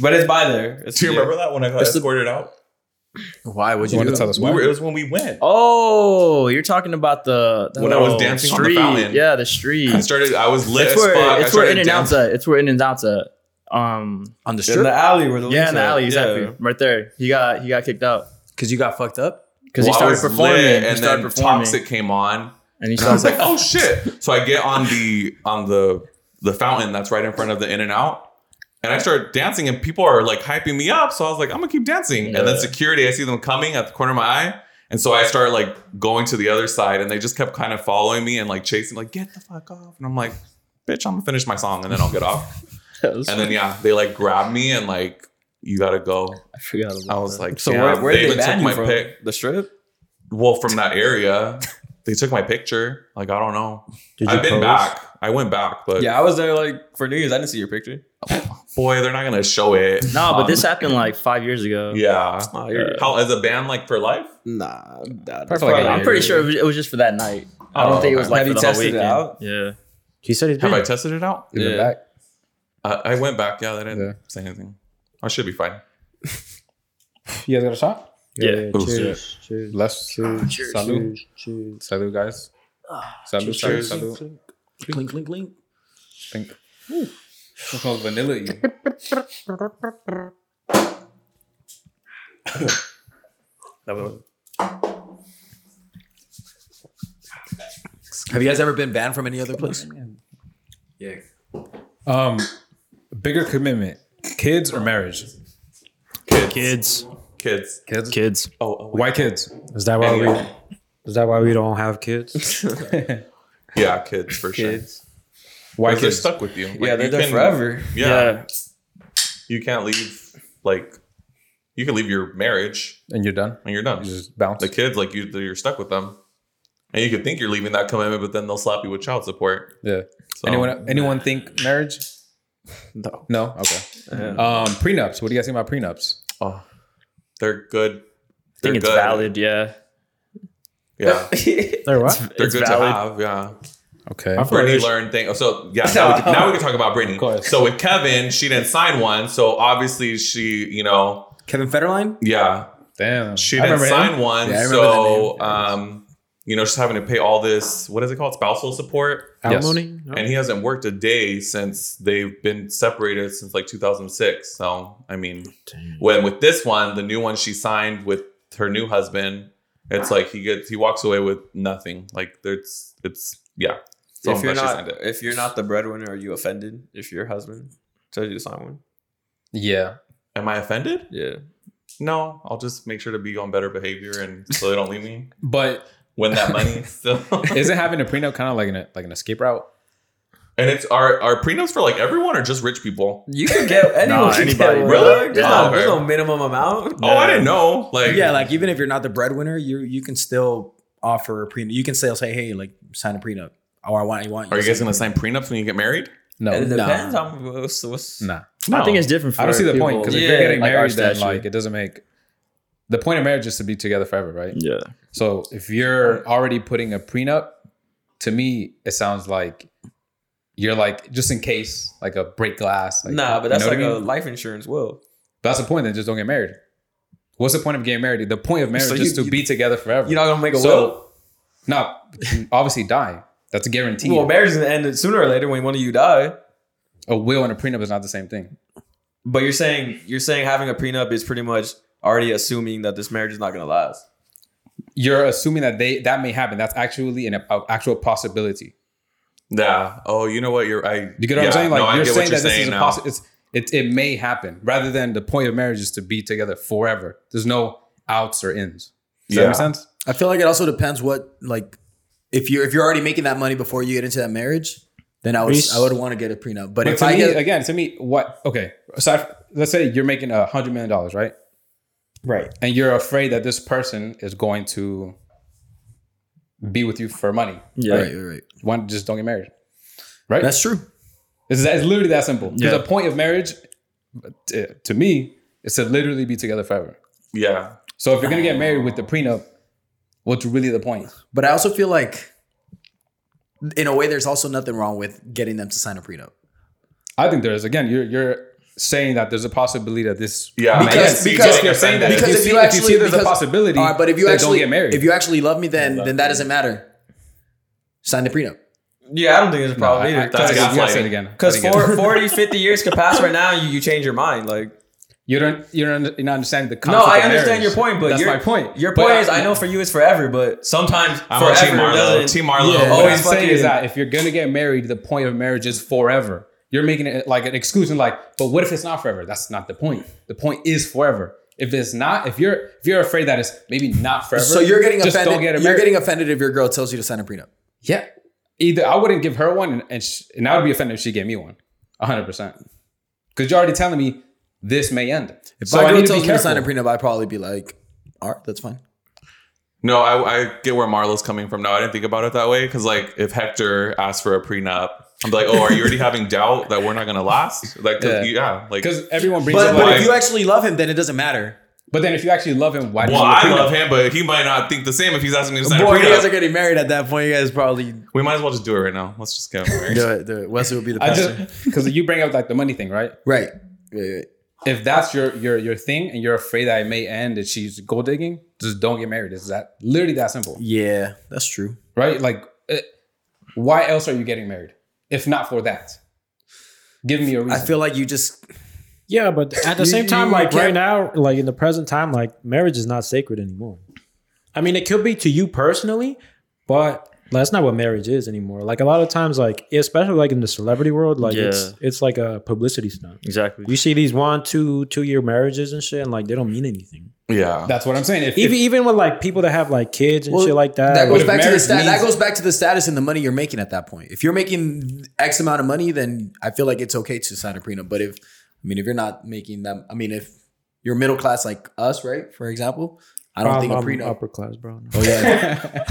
But it's by there. It's, Do you remember that when I got It's the- escorted out? why you would you? want do to tell it? us We why? were, it was when we went. Oh, you're talking about the, the When I was oh, dancing on the street. fountain. Yeah, the street. I started. I was lit it's as where fuck. I it's where started In and Out's dancing. at. It's where In and Out's at. Um, on the in the strip alley where the yeah, in the link's at. alley, exactly, Yeah. right there. He got he got kicked out because you got fucked up. because Well, I he was started performing. lit, he and started then performing, Toxic came on, and he and I was started like, "Oh shit!" So I get on the on the the fountain that's right in front of the In and Out, and I start dancing, and people are like hyping me up. So I was like, "I'm gonna keep dancing." And then Yeah. security, I see them coming at the corner of my eye. And so I start like going to the other side, and they just kept kind of following me and like chasing, like get the fuck off. And I'm like, "Bitch, I'm gonna finish my song, and then I'll get off." and then yeah, they like grabbed me and like, "You gotta go." I forgot. About I was like, So "Damn." where, where did they even ban took you my from? pic. The strip. well from that area they took my picture like i don't know i've been back i went back but Yeah, I was there like for New Year's. I didn't see your picture. boy they're not gonna show it no, but Um, this happened like five years ago. yeah Oh, you're good. how as a band like for life Nah, nah Probably like an I'm pretty sure it was, it was just for that night. I don't Oh, think it was okay. like Have for you the whole tested it weekend. out? Yeah, he said he's have i been. tested it out You've been Yeah. back. i, I went back yeah they didn't Yeah. say anything i should be fine You guys got a shot? Yeah. Yeah. Ooh. Cheers. Cheers. Let's Cheers. cheers. Salud. Cheers. Cheers. Salud, guys. Salud, Cheers. salud, salud. Clink, clink, clink. Think. It smells vanilla. E. You. Have you guys ever been banned from any other place? Um, bigger commitment: kids or marriage? Kids. Kids. Kids. Kids. Oh, oh wait. Why kids? Is that why we? Is that why we don't have kids? yeah, kids for Kids. sure. Why Because they're kids? stuck with you. Like, yeah, you they're there can- forever. Yeah, you can't leave. Like, you can leave your marriage And you're done. and you're done. You just bounce. the kids, like you, you're stuck with them, and you could think you're leaving that commitment, but then they'll slap you with child support. yeah. So, anyone? Anyone think marriage? No. No. Okay. Yeah. Um, prenups. What do you guys think about prenups? Oh, they're good. I think it's valid. Yeah, Yeah, They're what? they're It's good valid. to have. Yeah, Okay. I feel like Brittany they should- learned thing. oh, So yeah, now we, can, now we can talk about Brittany. course. So with Kevin, she didn't sign one. So obviously she, you know, Kevin Federline? yeah, Damn. she I didn't remember sign him. one. Yeah, I remember so that name. um, you know, she's having to pay all this. What is it called? Spousal support. Alimony? No. and he hasn't worked a day since they've been separated since like 2006 so i mean when with this one the new one she signed with her new husband it's like he gets he walks away with nothing like there's it's yeah so if I'm you're glad she signed not it. if you're not the breadwinner, are you offended if your husband tells you to sign one? Yeah. am i offended Yeah. no i'll just make sure to be on better behavior and so they don't leave me But when that money still isn't having a prenup kind of like an like an escape route? and it's our our prenups for like everyone or just rich people You can get anyone. can anybody, get one. really? There's, Yeah. no, there's no minimum amount. oh i didn't know like Yeah, like even if you're not the breadwinner, you you can still offer a prenup. You can still say, hey, like sign a prenup. Oh, I want, I want are you guys gonna sign prenups when you get married It No. No. depends on what's, what's Nah. I think it's different. For I don't see the point people. because if Yeah, you're getting like our married, then statute. like it doesn't make. The point of marriage is to be together forever, right? yeah, So if you're already putting a prenup, to me it sounds like you're like just in case, like a break glass. Like, nah, but that's you know like what I a mean? life insurance will. that's the point. Then just don't get married. What's the point of getting married? The point of marriage So is you- to be together forever. You're not gonna make a will. so, no, obviously die. That's a guarantee. Well, marriage is gonna end sooner or later when one of you die. a will and a prenup is not the same thing. But you're saying you're saying having a prenup is pretty much already assuming that this marriage is not gonna last. You're assuming that they that may happen. That's actually an a, actual possibility. Yeah. Oh, you know what? You're. I. You get what yeah, I'm saying? Like no, I you're get what saying that this is a now. possi- it's it, it may happen rather than the point of marriage is to be together forever. There's no outs or ins. Does that Yeah. make sense? I feel like it also depends what like if you're if you're already making that money before you get into that marriage, then I would Reese- I would want to get a prenup. But, But if to I me, get again, to me, what okay. Aside f- let's say you're making a hundred million dollars, right? right, And you're afraid that this person is going to be with you for money. yeah, right, right, right, Why just don't get married? Right? that's true. It's, that, it's literally that simple. Because Yeah. the point of marriage, t- to me, is to literally be together forever. Yeah. So if you're gonna get married with the prenup, what's really the point? But I also feel like in a way, there's also nothing wrong with getting them to sign a prenup I think there is. Again, you're you're saying that there's a possibility that this. Yeah. Because- I see because- what you're saying that because if, you if see, you if you actually- see there's because- a possibility, All right, but if you then actually don't get married. if you actually love me, then then that doesn't matter. Sign the prenup. Yeah, I don't think there's a no, problem I, I, either. that's That's you gotta say it gaslighting. again. I Because think it- 40, 50 years could pass right now, you, you change your mind. Like you don't you don't you're not understanding the no, concept. I of understand marriage. your point, but that's your- my point. Your But point is, I know for you it's forever, but sometimes I'm on forever Team Marlo. doesn't- Team Marlo. Yeah. What always I'm saying fucking- is that if you're gonna get married, the point of marriage is forever. You're making it like an exclusion. Like, but what if it's not forever? That's not the point. The point is forever. If it's not, if you're if you're afraid that it's maybe not forever, So you're getting just offended. Don't get you're married. getting offended if your girl tells you to sign a prenup. Yeah. Either I wouldn't give her one, and and, sh- and I would be offended if she gave me one, hundred percent. Because you're already telling me this may end. If So my I girl need to tells be me to sign a careful. prenup, I'd probably be like, all right, that's fine. No, I, I get where Marlo's coming from. No, I didn't think about it that way. Because like, if Hector asked for a prenup, I'm like, oh, are you already having doubt that we're not gonna last? Like, 'cause- Yeah. yeah. like, Because everyone brings But, up, but like, if you actually love him, then it doesn't matter. but then if you actually love him, why do well, you? I love him, but he might not think the same if he's asking me to sign Boy, a you guys are prenup. getting married at that point. You guys probably we might as well just do it right now. Let's just get married. it. Do it. Wesley would be the I just because you bring up like the money thing, right? right. Right, right. if that's your your your thing and you're afraid that it may end and she's gold digging, just don't get married. It's that literally that simple, Yeah, that's true. right? Like, eh, why else are you getting married if not for that? Give me a I reason. feel like you just Yeah, but at the You- same time, you like right can't- now, like in the present time, like marriage is not sacred anymore. I mean, it could be to you personally, but that's not what marriage is anymore. Like a lot of times, like especially like in the celebrity world, like it's it's like a publicity stunt. Exactly. You see these one, two, two year marriages and shit, and like they don't mean anything. yeah. that's what I'm saying. If, Even if even with like people that have like kids and Well, shit like that. that Uh, But goes if back to the marriage stat, that means- goes back to the status and the money you're making at that point. If you're making X amount of money, then I feel like it's okay to sign a prenup. But if I mean, if you're not making that, I mean, if you're middle class like us, right? For example, I don't I'm- think a I'm prenup, upper class, bro. oh yeah,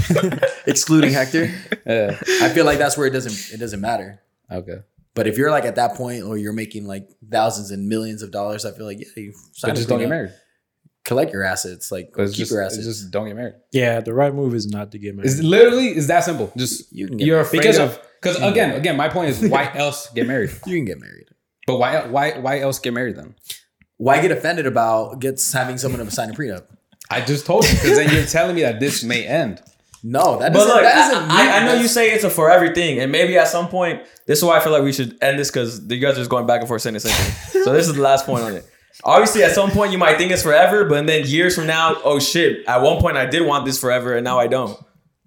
excluding Hector, Eh, I feel like that's where it doesn't it doesn't matter. okay, But if you're like at that point, or you're making like thousands and millions of dollars, I feel like yeah, you sign but a just don't prenup. get married. Collect your assets, like But keep it's just, your it's assets. just don't get married. Yeah, the right move is not to get married. It's literally it's that simple. Just you can get you're married. afraid Because of because again again my point is why else get married? you can get married. But why why why else get married then? Why get offended about gets having someone sign a prenup? I just told you because then you're telling me that this may end. No, that But doesn't. look, that doesn't I, mean- I, I know you say it's a for everything, and maybe at some point, this is why I feel like we should end this because you guys are just going back and forth saying the same thing. so this is the last point on it. Obviously, at some point you might think it's forever, but then years from now, oh shit! At one point I did want this forever, and now I don't.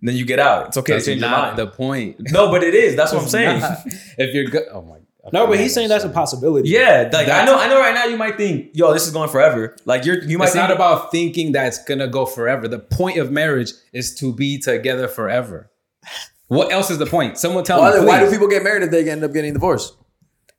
And then you get out. It's okay That's to change your mind. the point. no, but it is. That's what I'm It's saying. not. If you're good, oh my. God. no, but he's saying that's a possibility. Yeah, like I That's- know. I know. Right now, you might think, yo, this is going forever. Like you're, you might It's think not about thinking that it's gonna go forever. The point of marriage is to be together forever. What else is the point? Someone tell Why, me. why do please. people get married if they end up getting divorced?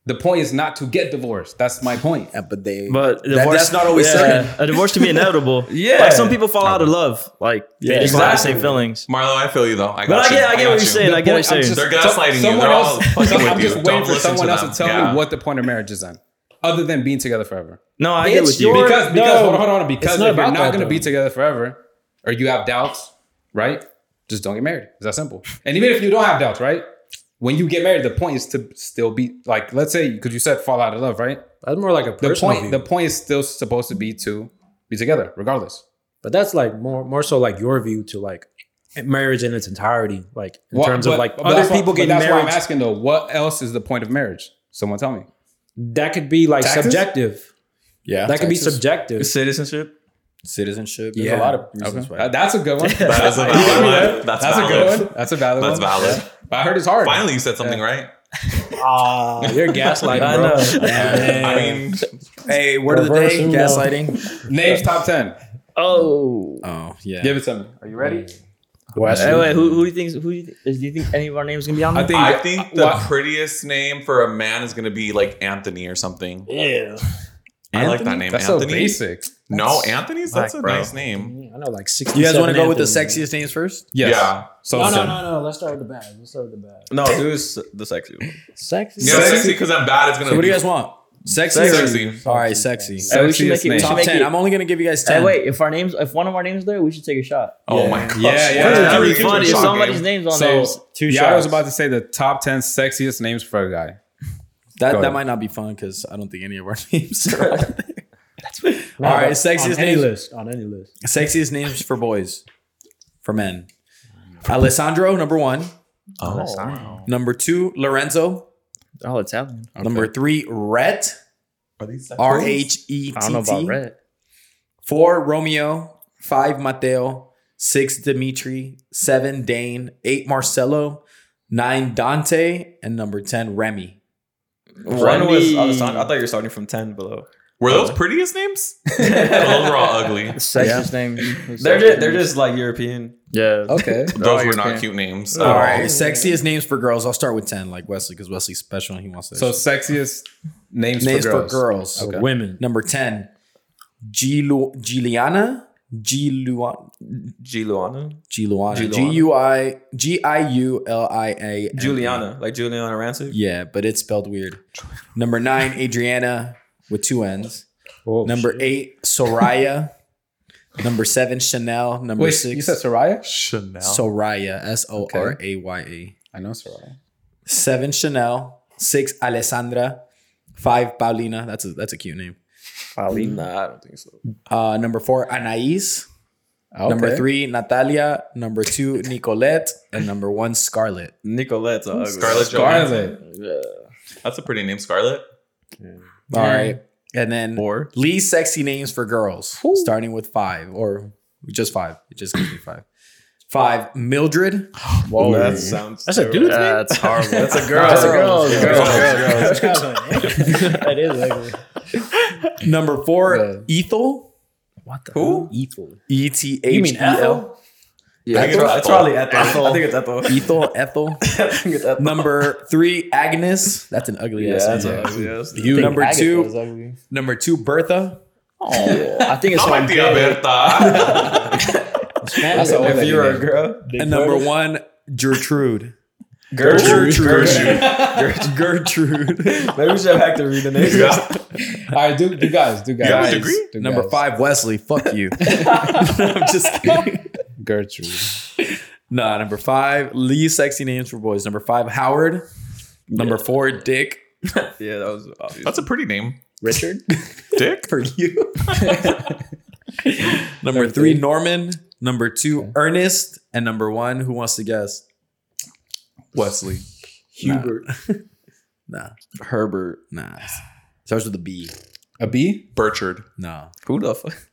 the point is not to get divorced. That's my point. Yeah, but they. But that, that's not always certain. yeah, a divorce can be inevitable. Yeah. like some people fall out of love. Like Yeah, they just don't have the same exactly. feelings. Marlo, I feel you though. I got But I you. get, I get got what you're you. saying. I The get point- what you're I'm just- saying. They're gaslighting you. someone They're all else- I'm fucking with just you. waiting Don't for listen someone to else them. to tell Yeah. me what the point of marriage is then, other than being together forever. no, I get It's with you. your- Because because No, hold on, hold on. it's Because not if you're about not that, gonna be though. together forever, or you have doubts, right? Just don't get married. It's that simple. And even if you don't have doubts, right? When you get married, the point is to still be like, let's say, because you said fall out of love, right? that's more like a The personal point, view. the point is still supposed to be to be together, regardless. But that's like more more so like your view to like marriage in its entirety, like in Wha- terms but- of like but other that's why- people but getting that's married. why I'm asking though. What else is the point of marriage? Someone tell me. that could be like Taxes? subjective. Yeah, That could be subjective. citizenship. citizenship. Yeah. There's a lot of reasons Okay. why. Uh, That's a good one. That is a You give me valid that? one. That's, That's a good valid. one. That's a valid That's one. valid. Yeah. But I heard it's hard. Finally, you said something Yeah. right. Ah, you're gaslighting, I bro. know. I mean, hey, word of the Reverse day: uno. gaslighting. Names top ten. Oh, Oh yeah. Give it to me. Are you ready? Hey, wait, who who do you think? Who do you, think- do you think any of our names gonna be on? I there? think. I think the Wha- prettiest name for a man is going to be like Anthony or something. yeah. I like that name. That's so Anthony. basic. no, Anthony's. That's Like, a bro. nice name. I know, like sixty. You guys want to go with the sexiest names first? Yes. Yeah. So No, so- no, no, no. Let's start with the bad. Let's start with the bad. No, dude's the sexy one. Sexy. Yeah, sexy because I'm bad. It's going So to what be do you guys want? Sexy. sexy. All right, sexy. Hey, we should Sexiest make it. name. We should Top make ten. it. I'm only gonna give you guys Hey, ten. wait! If our names, if one of our names there, we should take a shot. Oh my gosh. Yeah, yeah. Why is That's That'd every be funny. If shot somebody's game? name's on there, So it's two yeah, I was shots. about to say the top ten sexiest names for a guy. That Go that ahead. might not be fun because I don't think any of our names. are on there. All right, sexiest on any names. list. On any list. Sexiest names for boys, for men. Alessandro, number one. Oh, that's not. Number two, Lorenzo. Oh, it's happening. Number three, Rhett. Are these sexy? R H E I don't know T about T. red. Four, Romeo. Five, Mateo. Six, Dimitri. Seven, Dane. Eight, Marcelo. Nine, Dante. And number 10, Remy. One was Randy- Alessandro. I thought you were starting from ten below. Were those prettiest names? Overall ugly. The sexiest name. They're just, they're just like European. yeah. Okay. Those were not cute names. Oh. Oh, at All all. right, sexiest names for girls. I'll start with 10, like Wesley, because Wesley's special and he wants to. So sexiest names, names for girls. For girls. Okay. Women. Number 10, Gilu- Giuliana. Giluan. Giuliana. Giluana. Giuliana. G U I G I U L I A. Juliana, like Juliana Rancic. Yeah, but it's spelled weird. Number nine, Adriana with two N's. Oh, Number eight, Soraya. Number seven, Chanel. Number Wait, six, you said Soraya? Chanel. Soraya. S O R A Y E. A. I know Soraya. Seven, Chanel. Six, Alessandra. Five, Paulina. That's a that's a cute name. Ali. Nah, I don't think so. Uh, number four, Anais. Okay. Number three, Natalia. Number two, Nicolette. And number one, Scarlett. Nicolette's a ugly. Scarlett Johansson. Scarlet. Yeah. That's a pretty name, Scarlett. All right. And then Or least sexy names for girls, starting with five or just five. It just gives me five. Five, Mildred. whoa, that sounds. That's a dude's name. That's horrible. That's a girl. That's a girl. Yeah. Girl. That's that is ugly. Number four, Ethel. What the Who? Ethel. E T H You E mean Ethel? L. Yeah, it's, Ethel. pro- it's probably Ethel. I Ethel. think it's Ethel. Ethel, Ethel. I think it's Ethel. Number three, Agnes. That's an ugly Yeah, ass that's name. a ugly. ass. You number Agatha two, is ugly. number two, Bertha. Oh, I think it's Not my one. tia Berta. That's the If only you're a name. girl, And number one, Gertrude. Gertrude. Gertrude. Gertrude. Maybe we should have Hector read the name. Yeah. All right, do, do guys, do guys. have a degree? Do Number guys. five, Wesley. Fuck you. I'm just kidding. Gertrude. Nah, number five, least sexy names for boys. Number five, Howard. Number four, Dick. Yeah, that was obvious. That's a pretty name. Richard. Dick. For you. number three, Norman. Number two, Ernest. And number one, who wants to guess? Wesley. Hubert. Nah. Herbert. Nah. Starts with a B. A B? Burchard. No. Who the fuck?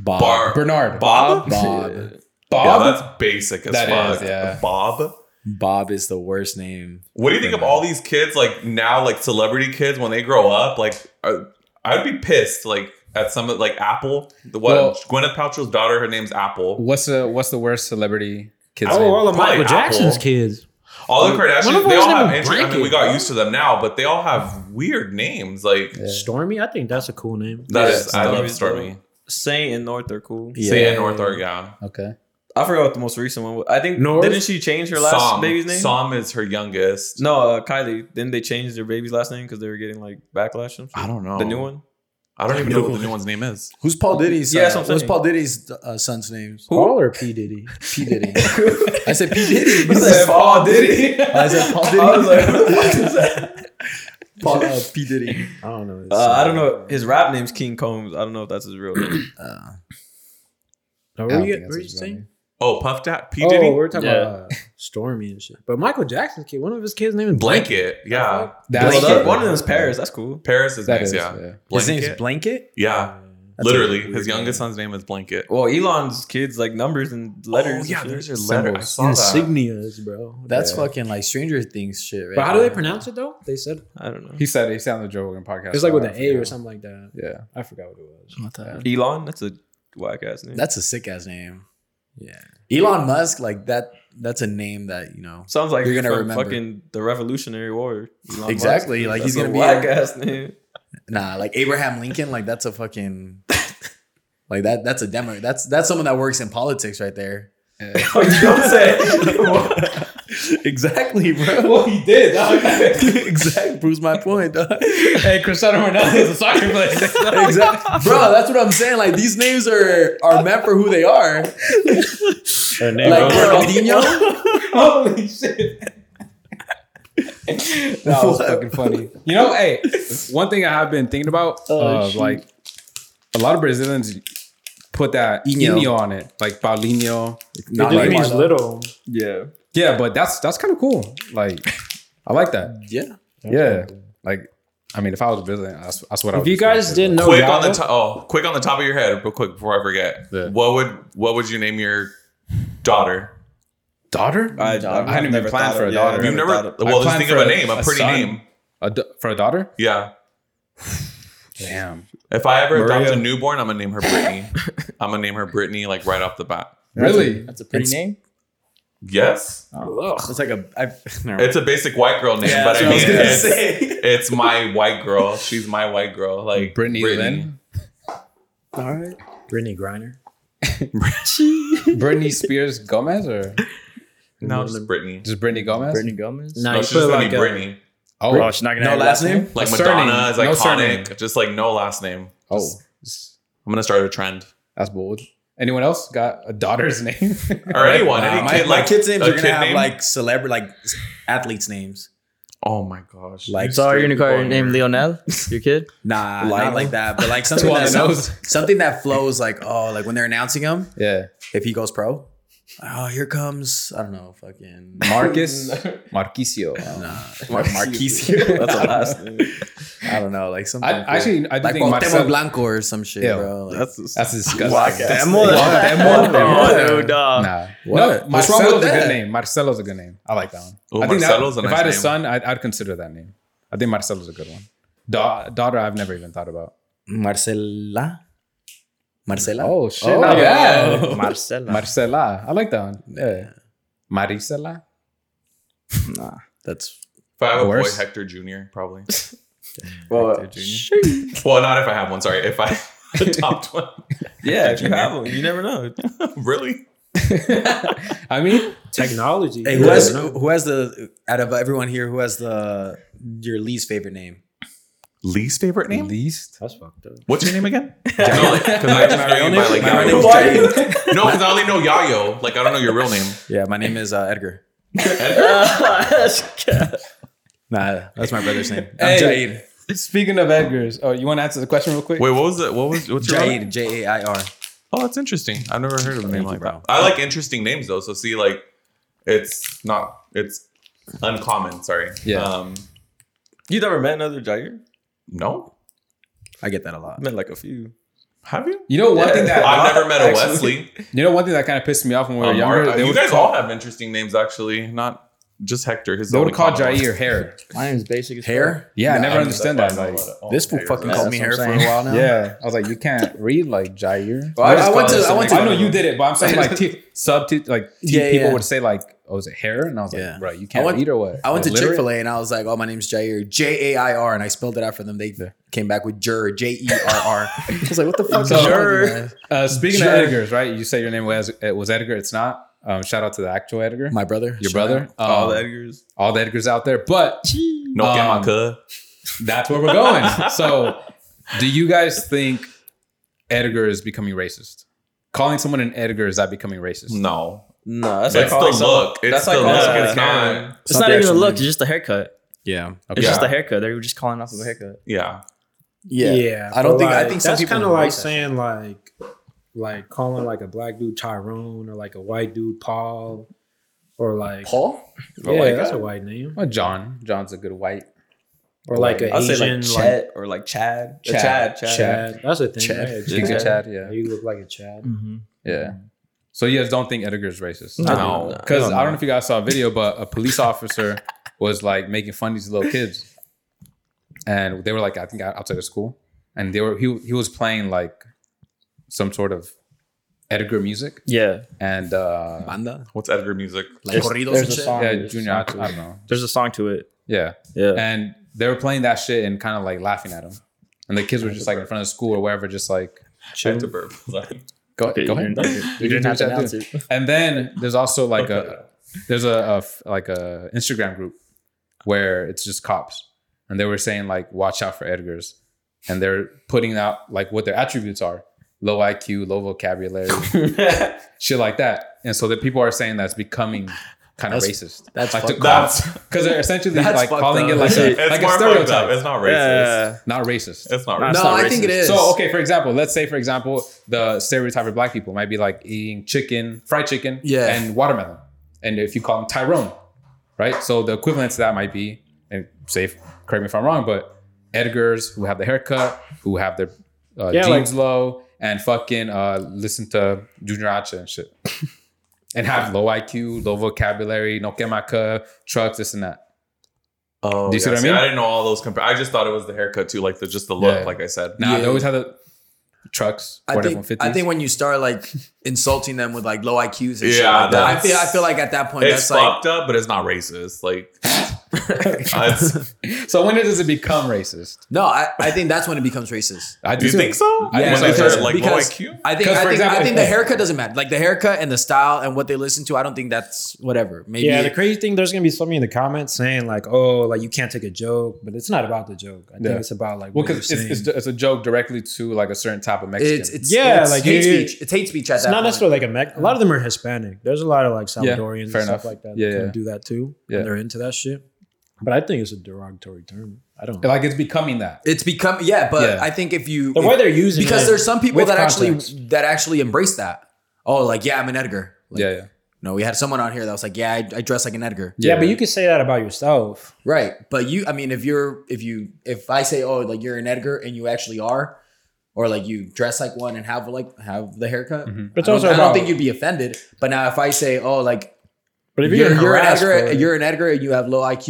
Bob. Bar. Bernard. Bob? Bob. Yeah, Bob? that's basic as That fuck. is, yeah. Bob. Bob is the worst name. What do you think of all these kids like now, like celebrity kids when they grow up? Like, uh, I'd be pissed like at some of like Apple. The what? Well- Gwyneth Paltrow's daughter. Her name's Apple. what's the what's the worst celebrity kid's Oh, name? all of Probably Michael Jackson's Apple. kids. All the One of Kardashians. them They all was have. named Inter- I mean, Breaking. we got used to them now, but they all have weird names. Like that is. Stormy, I think that's a cool name. I love Stormy's Stormy. Saint and North are cool. Yeah. Say it, North Argown. Okay. I forgot what the most recent one was. I think North? didn't she change her last Som. baby's name? Som is her youngest. No, uh, Kylie. Didn't they change their baby's last name because they were getting like backlash? From I don't know The Oh. new one. I don't even know what the new one's name is. Who's Paul Diddy's? Yeah, uh, that's what I'm what's saying. Paul Diddy's uh, son's names? Paul or P Diddy? P Diddy. I said P Diddy. You said Paul Diddy. I said Paul Diddy. I was like, what the fuck is that? Paul, uh, P Diddy. I don't know. It's, Uh, I don't know. His rap name's King Combs. I don't know if that's his real name. Uh, Are I don't we, think that's were what you it's saying? Oh, Puff Dad. P oh, Diddy. we're talking Yeah. about uh, Stormy and shit. But Michael Jackson's kid, one of his kids' name is Blanket. Blanket. Yeah. That's Well, that- it. one of them's Paris. That's cool. Paris is That next. is, yeah. yeah. his Blanket. name's Blanket. yeah. That's Literally, a his weird youngest son's name is Blanket. Well, Elon's kids like numbers and letters. Oh, yeah, and shit. there's your letter. I saw that. Insignias, bro. That's Yeah. fucking like Stranger Things shit, right? But how do they pronounce it though? They said I don't know. He said he sounded Joe Rogan podcast. it's like with I an A or forgot. something like that. Yeah. I forgot what it was. What the hell? Elon. That's a whack ass name. That's a sick ass name. Yeah. Elon Musk, like that. That's a name that you know. Sounds like You're gonna from remember. fucking the Revolutionary War. Elon Musk. Exactly, like, he's That's gonna a be whack a- ass name. Nah, like Abraham Lincoln, like that's a fucking. Like that. That's a demo. That's that's someone that works in politics right there. Oh, you don't say. exactly, bro. Well, he did. exactly proves my point. dog. hey, Cristiano Ronaldo is a soccer player. exactly, bro. That's what I'm saying. Like these names are are meant for who they are. Her name Like Ronaldinho. Holy shit. that was fucking funny. You know, hey, one thing I have been thinking about, Oh, uh, like a lot of Brazilians put that Inho. Inho on it, like Paulinho. it Not just like- means little. yeah. Yeah, but that's that's kind of cool. Like, I like that. Yeah. Yeah, like, I mean, if I was Brazilian, that's, that's what I. If would you just like guys to- didn't know, quick on the Yaba- top. Oh, quick on the top of your head, real quick before I forget. Yeah. What would what would you name your daughter? daughter, I, I hadn't even planned for a daughter. You Never never. thought of- I well, just planned think of for a a- name, a, a pretty son. name. a da- for a daughter. Yeah. Damn, If I ever adopt Maria. a newborn, I'm gonna name her Brittany. I'm gonna name her Brittany like right off the bat. really? That's a pretty name. Yes, It's like a. I've, never mind. it's a basic white girl name, but that's I what I mean, was gonna it's, say. it's my white girl. She's my white girl, like Brittany, Lynn, All right. Brittany Griner. Brittany Spears Gomez, or No, just Brittany. just Brittany Gomez? Brittany Gomez. Nah, No, you she's put just gonna like be a- Brittany. Oh, Oh, she's not gonna No have a last name. Like A Madonna is surname. No iconic. surname. just like no last name. oh, Just- I'm gonna start a trend. that's bold. Anyone else got a daughter's name? Or anyone, Nah, any my, kid, my like kids' names a are gonna kid have name? like celebrity, like athletes' names. Oh my gosh. Like- So are you gonna call your name Lionel? Your kid? Nah, Lionel? not like that. But like something Two on that the some- nose. something that flows like oh, like when they're announcing him, Yeah. if he goes pro, oh here comes I don't know, fucking Marcus Marquisio. nah, Mar- Marquisio. That's the last name. I don't know, like something. I actually I do like think Cuauhtemoc Marcel, Blanco or some shit, Ew. bro. Like, that's disgusting. Demo, demo, dog. Nah. What? No, What's wrong with Marcelo's a that? good name. Marcelo's a good name. I like that one. Ooh, I think that- Marcelo's a if I nice had a name. son, I'd, I'd consider that name. I think Marcelo's a good one. Da- daughter, I've never even thought about. Marcela. Marcela. Oh shit! Oh. not bad. Marcella. Marcela. I like that one. Yeah. Maricela. nah. that's If I have a Worse. boy, Hector Jr. Probably. Well, well, not if I have one. Sorry. If I the top one. yeah, if you have them, you never know. really? I mean, Technology. hey, who has who has the out of everyone here who has the your least favorite name? Least favorite name? least. That's fucked up. What's your name again? Yayo. Because I just know you by like My real Yayo. name's Why are Jaden. you- No, because I only know Yayo. Like I don't know your real name. Yeah, my name is uh, Edgar. Nah, that's my brother's name. I'm Hey. Speaking of Edgar's, oh, you want to answer the question real quick? Wait, what was it? What was what's your real name? Jair. J A I R. Oh, that's interesting. I've never heard of a name like bro. that. I like interesting names though. So see, like it's not it's uncommon. Sorry. Yeah. Um, You never met another Jair? no, I get that a lot. I met like a few. have you? You know one thing that I've never met a Actually. Wesley. you know one thing that kind of pissed me off when we were Um, younger. Mark- they you would guys call, all have interesting names, actually. Not just Hector. His they would call Jair Jair. hair. My name's basic as Hair? Yeah, I No, never I'm- understand that. Like, This fool fucking Yeah, called that's me what hair I'm for a saying. while now. yeah, I was like, you can't read like Jair. I, I went to. I went to. I know you did it, but I'm saying like t- sub t- like t- Yeah, people yeah. would say like, "Oh, is it hair?" And I was like, Yeah. "Bro, you can't I went- eat or what?" I went to Chick Illiterate? Fil A and I was like, "Oh, my name's Jair, J A I R," and I spelled it out for them. They came back with Jur, J E R R. I was like, "What the fuck, is So- wrong with you guys?" Uh, speaking Sure. of Edgar's, right? You say your name was it was Edgar. It's not. Um, shout out to the actual Edgar, My brother, your Shout brother. out. Um, all, All the the Edgars. Edgars out there, but No, Um, Gamaka. that's where we're going. so, do you guys think Edgar is becoming racist? Calling someone an Edgar is that becoming racist? No, No, it's, that's like the calling someone- look. It's that's the like look. calling someone It's a Karen. not. It's It's not not even the a actual look. name. It's just a haircut. Yeah, It's Yeah. just a haircut. They're just calling off of a haircut. Yeah, yeah. I but, don't think- I like, think some that's people kind of like embrace that. saying like, like calling like a black dude Tyrone or like a white dude Paul or like Paul. Oh Yeah, like that's a- a, white name. Well, John. John's a good white. Or like an I'll say Asian like Chet or like Chad. Chad. Chad. Chad. Chad. That's a thing. Chad. right? You Chad. could Chad, yeah, You look like a Chad. Mm-hmm. yeah. So you guys don't think Edgar is racist? no. Because I don't know if you guys saw a video, but a police officer was like making fun of these little kids, and they were like, I think out- outside of school, and they were he he was playing like some sort of Edgar music, Yeah. and uh, Banda. What's Edgar music? Like There's- corridos there's and a shit. Um, song. yeah, there's junior, I, I don't know, There's a song to it. yeah, Yeah. and they were playing that shit and kind of like laughing at him, and the kids were just like in front of school or wherever, just like I had to burp. Sorry. go, Okay, go you ahead. didn't- You didn't do have to what you announce do. it. And then there's also like a there's a, a f- like a Instagram group where it's just cops, and they were saying like watch out for Edgar's, and they're putting out like what their attributes are: low IQ, low vocabulary, shit like that. And so the people are saying that's becoming kind of That's- racist. that's like fucked That's because they're essentially That's like fucked calling up. it like a, it's like a more fucked up. stereotype, It's not racist. Yeah. not racist. It's not Nah, racist. it's No, not I think it racist. is. So okay, for example, let's say for example the stereotype of black people might be like eating chicken, fried chicken, Yeah. and watermelon. And if you call them Tyrone, right? So the equivalent to that might be, and say, correct me if I'm wrong, but Edgar's who have the haircut, who have their uh, Yeah, jeans low, and fucking uh, listen to Junior Acha and shit, and have low IQ, low vocabulary, no kemaka, trucks, this and that. Oh, Um, Do you see what I mean? I didn't know all those. Compa- I just thought it was the haircut too, like the just the look, Yeah. like I said. Now Yeah. they always have the trucks. I 40, think, I 150s. think when you start like insulting them with like low IQs and shit Yeah, like that, I that's- feel I feel like at that point it's that's like fucked up, but it's not racist. Like, it's, so when does it become racist? no, I, I think that's when it becomes racist. I do you think so? I When think so, they yeah. start, like Because- low IQ? I think 'Cause, I for think, example, I think the if- haircut doesn't matter. Like the haircut and the style and what they listen to, I don't think that's whatever. Maybe Yeah, the crazy thing, there's gonna be somebody in the comments saying like, "Oh, like you can't take a joke," but it's not about the joke. I think Yeah. it's about like Well, what you're because it's, saying. it's, it's a joke directly to like a certain type of Mexican. it's it's Yeah, it's like, hate you- speech. It's hate speech at It's that not point. necessarily like a Mex. A lot of them are Hispanic. There's a lot of like Yeah, Salvadorians fair and enough. stuff like that. Yeah, that kinda yeah. do that too. Yeah. and they're into that shit. But I think it's a derogatory term. I don't know. Like it's becoming that. It's become yeah, but Yeah. I think if you The way if- they're using because it there's some people with that context. actually that actually embrace that. Oh, like yeah, I'm an Edgar. Like, yeah, yeah. No, we had someone on here that was like, yeah, I, I dress like an Edgar. yeah, but you can say that about yourself. Right. But you, I mean, if you're, if you, if I say, oh, like you're an Edgar and you actually are, or like you dress like one and have like, have the haircut, Mm-hmm. Mhm. But it's I, don't, also I don't about- think you'd be offended. But now if I say, oh, like But if you're, you're, you're an harassed for Edgar, it- you're an Edgar and you have low IQ,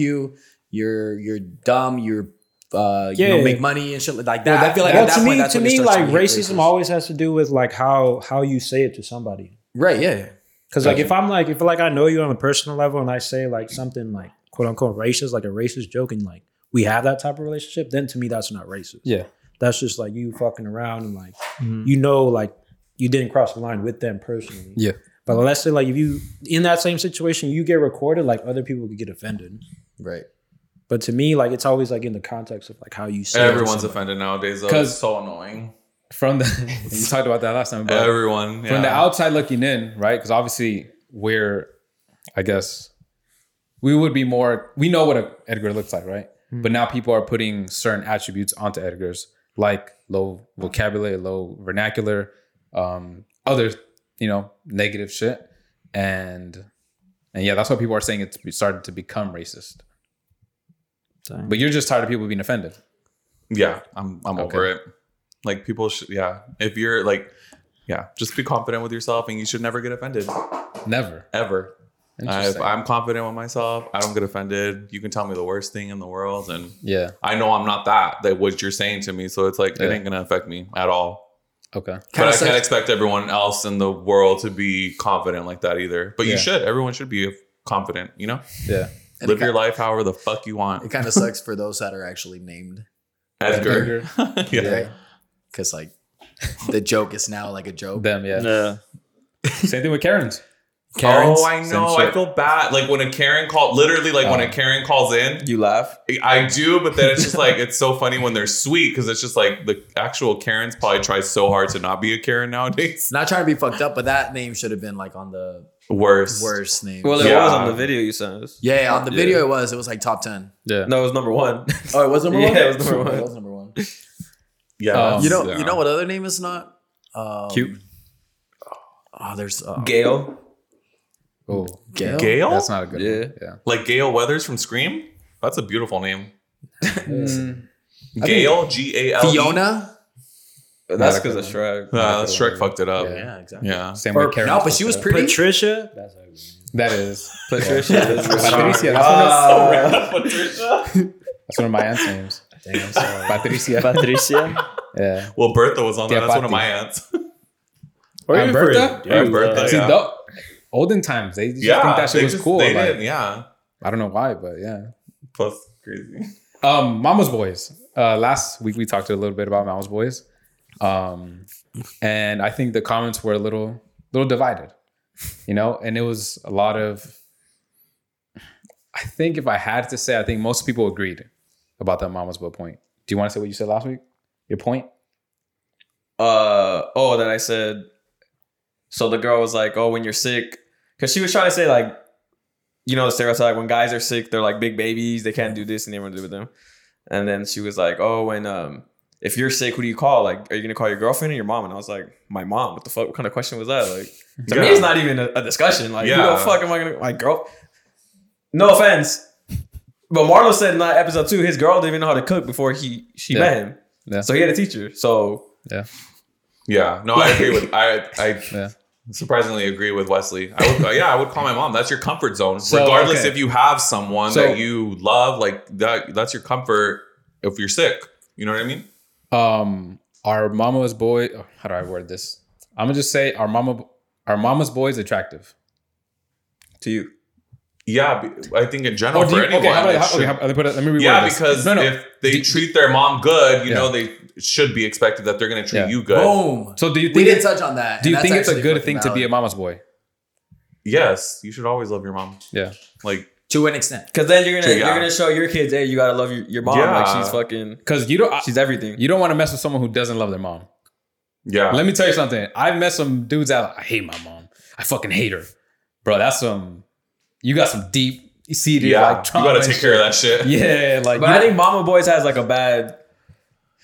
you're, you're dumb, you're, uh, you Yeah. don't make money and shit like that. I feel like well, at that to point, me, that's to when it me, starts to like be racism racist. always has to do with like how how you say it to somebody. Right. Yeah. Because like if I'm like if like I know you on a personal level and I say like something like quote unquote racist, like a racist joke, and like we have that type of relationship, then to me that's not racist. Yeah. that's just like you fucking around and like Mm-hmm. Mhm. you know like you didn't cross the line with them personally. Yeah. But let's say like if you in that same situation you get recorded, like other people could get offended. Right. But to me, like it's always like in the context of like how you say it to Everyone's somebody. offended nowadays. though. 'Cause- It's so annoying. From the you talked about that last time, but Everyone yeah. from the outside looking in, right? Because obviously we're, I guess, we would be more. We know what a Edgar looks like, right? But now people are putting certain attributes onto Edgars, like low vocabulary, low vernacular, um, other, you know, negative shit, and and yeah, that's why people are saying it's be- started to become racist. Dang. But you're just tired of people being offended. Yeah, I'm I'm Okay. over it. Like people should yeah. If you're like yeah, just be confident with yourself and you should never get offended. Never. Ever. I, if Interesting. I'm confident with myself, I don't get offended. You can tell me the worst thing in the world and yeah. I know I'm not that that what you're saying to me. So it's like it Yeah. ain't gonna affect me at all. Okay. Kinda but I sucks- can't expect everyone else in the world to be confident like that either. But Yeah. you should. Everyone should be confident, you know? Yeah. And Live it your life however the fuck you It want. kind of sucks for those that are actually named. Edgar. yeah. Because like the joke is now like a joke. Them. Yeah. Yeah. Same thing with Karens. Karens, oh, I same know. shit. I feel bad. Like when a Karen called, literally, like when Oh. a Karen calls in, You laugh. I do, but then it's just like it's so funny when they're sweet because it's just like the actual Karens probably try so hard to not be a Karen nowadays. Not trying to be fucked up, but that name should have been like on the Worse. worst name. Well, it Yeah. was on the video you sent us. yeah, yeah, on the video it was. It was like top ten. Yeah. No, it was number one. Oh, it was number one? Yeah, it was number one. It was Yeah. Um, that's- you know, yeah. you know what other name is not? Um, Cute. Oh, there's uh, Gail. Oh, Gail. Gail? that's not a good. Yeah. One. Yeah. like Gail Weathers from Scream? That's a beautiful name. Hmm. Mm, Gail, G A L. E. Fiona. That's a because of Shrek. Uh, Shrek fucked it up. Yeah. exactly. same Or, with Karen. no, but she was pretty. Patricia. That is. Patricia. is Patricia. That's, Shrek. one of, Ah. that's one of my aunt's names. Dang, I'm sorry. Patricia. Patricia. Yeah. Well, Bertha was on Yeah, that. That's one of Patti. my aunts. Or Uh, even Bertha? for- Yeah, dude, Bertha. See, yeah. the, olden times, they used to Yeah, think that shit they was just- cool. They like, did, yeah. I don't know why, but yeah. Plus, crazy. Um, Mama's Boys. Uh, last week we talked a little bit about Mama's Boys, um, and I think the comments were a little, little divided, you know. And it was a lot of. I think if I had to say, I think most people agreed about that Mama's Boy point. Do you want to say what you said last week? Your point? uh oh that I said so the girl was like, Oh, when you're sick because she was trying to say like you know the stereotype when guys are sick, they're like big babies, they can't do this and they want to do with them. And then she was like, Oh, when um if you're sick, who do you call? Like, are you gonna call your girlfriend or your mom? And I was like, My mom, what the fuck? What kind of question was that? Like to me Yeah. it's not even a, a discussion. Like, who Yeah. the fuck am I gonna like girl? No offense. But Marlo said in that episode two, his girl didn't even know how to cook before he she Yeah. met him. Yeah. So he had a teacher. So Yeah, no, I agree with I. I Yeah. surprisingly agree with Wesley. I would, yeah, I would call my mom. That's your comfort zone, So, regardless okay. if you have someone So- that you love. Like that, that's your comfort. If you're sick, you know what I mean. um our mama's boy how do i word this i'm gonna just say our mama our mama's boy is attractive to you. Yeah, be- I think in Oh, general do for you, anyone. okay how about it how, okay, should- how, let me put it let me reword yeah, this. because no no if they Do- treat their mom good, you Yeah. know they should be expected that they're going to treat Yeah. you good. Boom. so do you We think didn't it, touch on that. do and you that's think it's a actually good thing fucking to be a valid. mama's boy Yes, you should always love your mom. yeah Like, to an extent? Cause then you're gonna Check it you're out. gonna show your kids, hey, you gotta love your, your mom. Like Yeah. she's fucking, because you don't I- she's everything. you don't want to mess with someone who doesn't love their mom yeah, let me tell you something i've met some dudes out i hate my mom i fucking hate her bro that's some you got some deep seated yeah, like you trauma. gotta and take care of that shit. shit. Yeah, like But I think Mama Boys has like a bad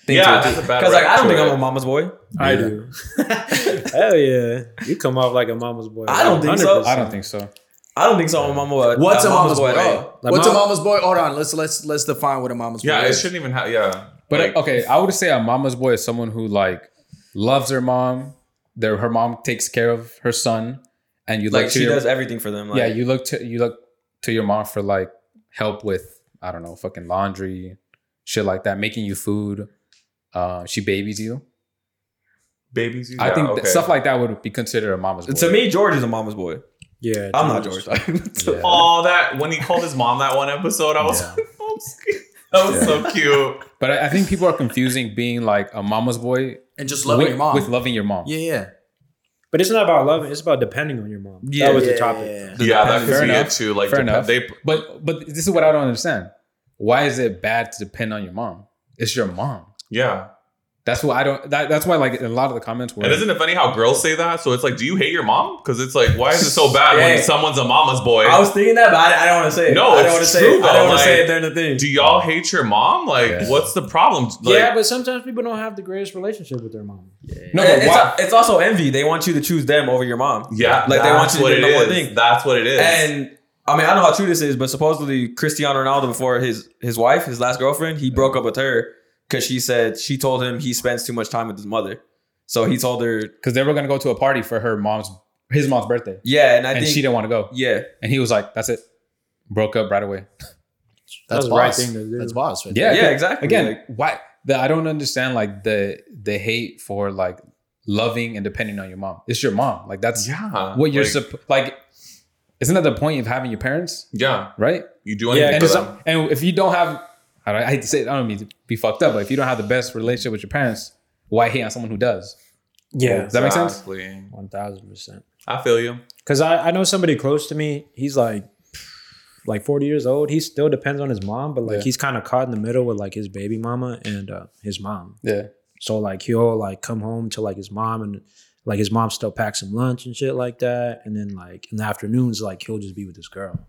thing Yeah, to that's it. a bad Because like rep I don't to think I'm it. a mama's boy. I do. Hell yeah. You come off like a mama's boy. I don't think so. I don't think so. I don't think so. I'm a mama uh, boy. What's a I'm mama's boy? at all. Oh, Like What's a mom- mama's boy? Hold on. Let's let's let's define what a mama's Yeah, boy it is. shouldn't even have. Yeah, But like, okay, I would say a mama's boy is someone who like loves her mom. Their her mom takes care of her son, and you Like look to she your, does everything for them. Like, yeah, you look to you look to your mom for like help with I don't know fucking laundry, shit like that, making you food. Uh, she babies you. babies. You I yeah, think that okay. stuff like that would be considered a mama's boy. To me, George is a mama's boy. Yeah. I'm not George. George. That's Yeah. All Oh, that when he called his mom that one episode, I was Yeah. like, "Oh, sweet." that was so cute. But I, I think people are confusing being like a mama's boy And just loving with, your mom. with loving your mom. yeah, yeah. But it's not about loving. It's about depending on your mom. Yeah, that was Yeah, the topic. yeah, yeah. Yeah, Fair that could be it enough. too. Like, Fair dep- enough. they But but this is what I don't understand. Why is it bad to depend on your mom? It's your mom. yeah. That's why I don't. That, that's why like a lot of the comments were. And isn't it funny how girls say that? So it's like, do you hate your mom? Because it's like, why is it so bad when Hey. someone's a mama's boy? I was thinking that, but I, I don't want to say it. No, I don't it's wanna say true, it. I though, don't want to say like, it during the thing. do y'all hate your mom? Like, Yeah. what's the problem? Like, yeah, but sometimes people don't have the greatest relationship with their mom. no, And but it's, why? it's also envy. They want you to choose them over your mom. yeah, Like, they want that's you to what do it the one is. thing. That's what it is. And I mean, I don't know how true this is, but supposedly Cristiano Ronaldo, before his his wife, his last girlfriend, he broke up with her because she said she told him he spends too much time with his mother. So he told her, Because they were gonna go to a party for her mom's his mom's birthday, yeah, and I and think she didn't want to go. yeah, And he was like, "That's it." Broke up right away. That's That was the right boss. thing to do. That's boss. Right Yeah, yeah, okay. exactly. Again, Like, why? The, I don't understand like the the hate for like loving and depending on your mom. It's your mom. Like that's yeah, what you're like, supp- like. Isn't that the point of having your parents, yeah, right? you do anything Yeah, and, for it's, them. and if you don't have, I, don't, I hate to say, it, I don't mean to be fucked up, but if you don't have the best relationship with your parents, why hate on someone who does? Yeah. Does that make sense? Exactly. One thousand percent. I feel you. Because I, I know somebody close to me. He's like, like forty years old. He still depends on his mom, but like Yeah. he's kind of caught in the middle with like his baby mama and uh, his mom. Yeah. So like he'll like come home to like his mom and like his mom still packs him lunch and shit like that. And then like in the afternoons, like he'll just be with this girl.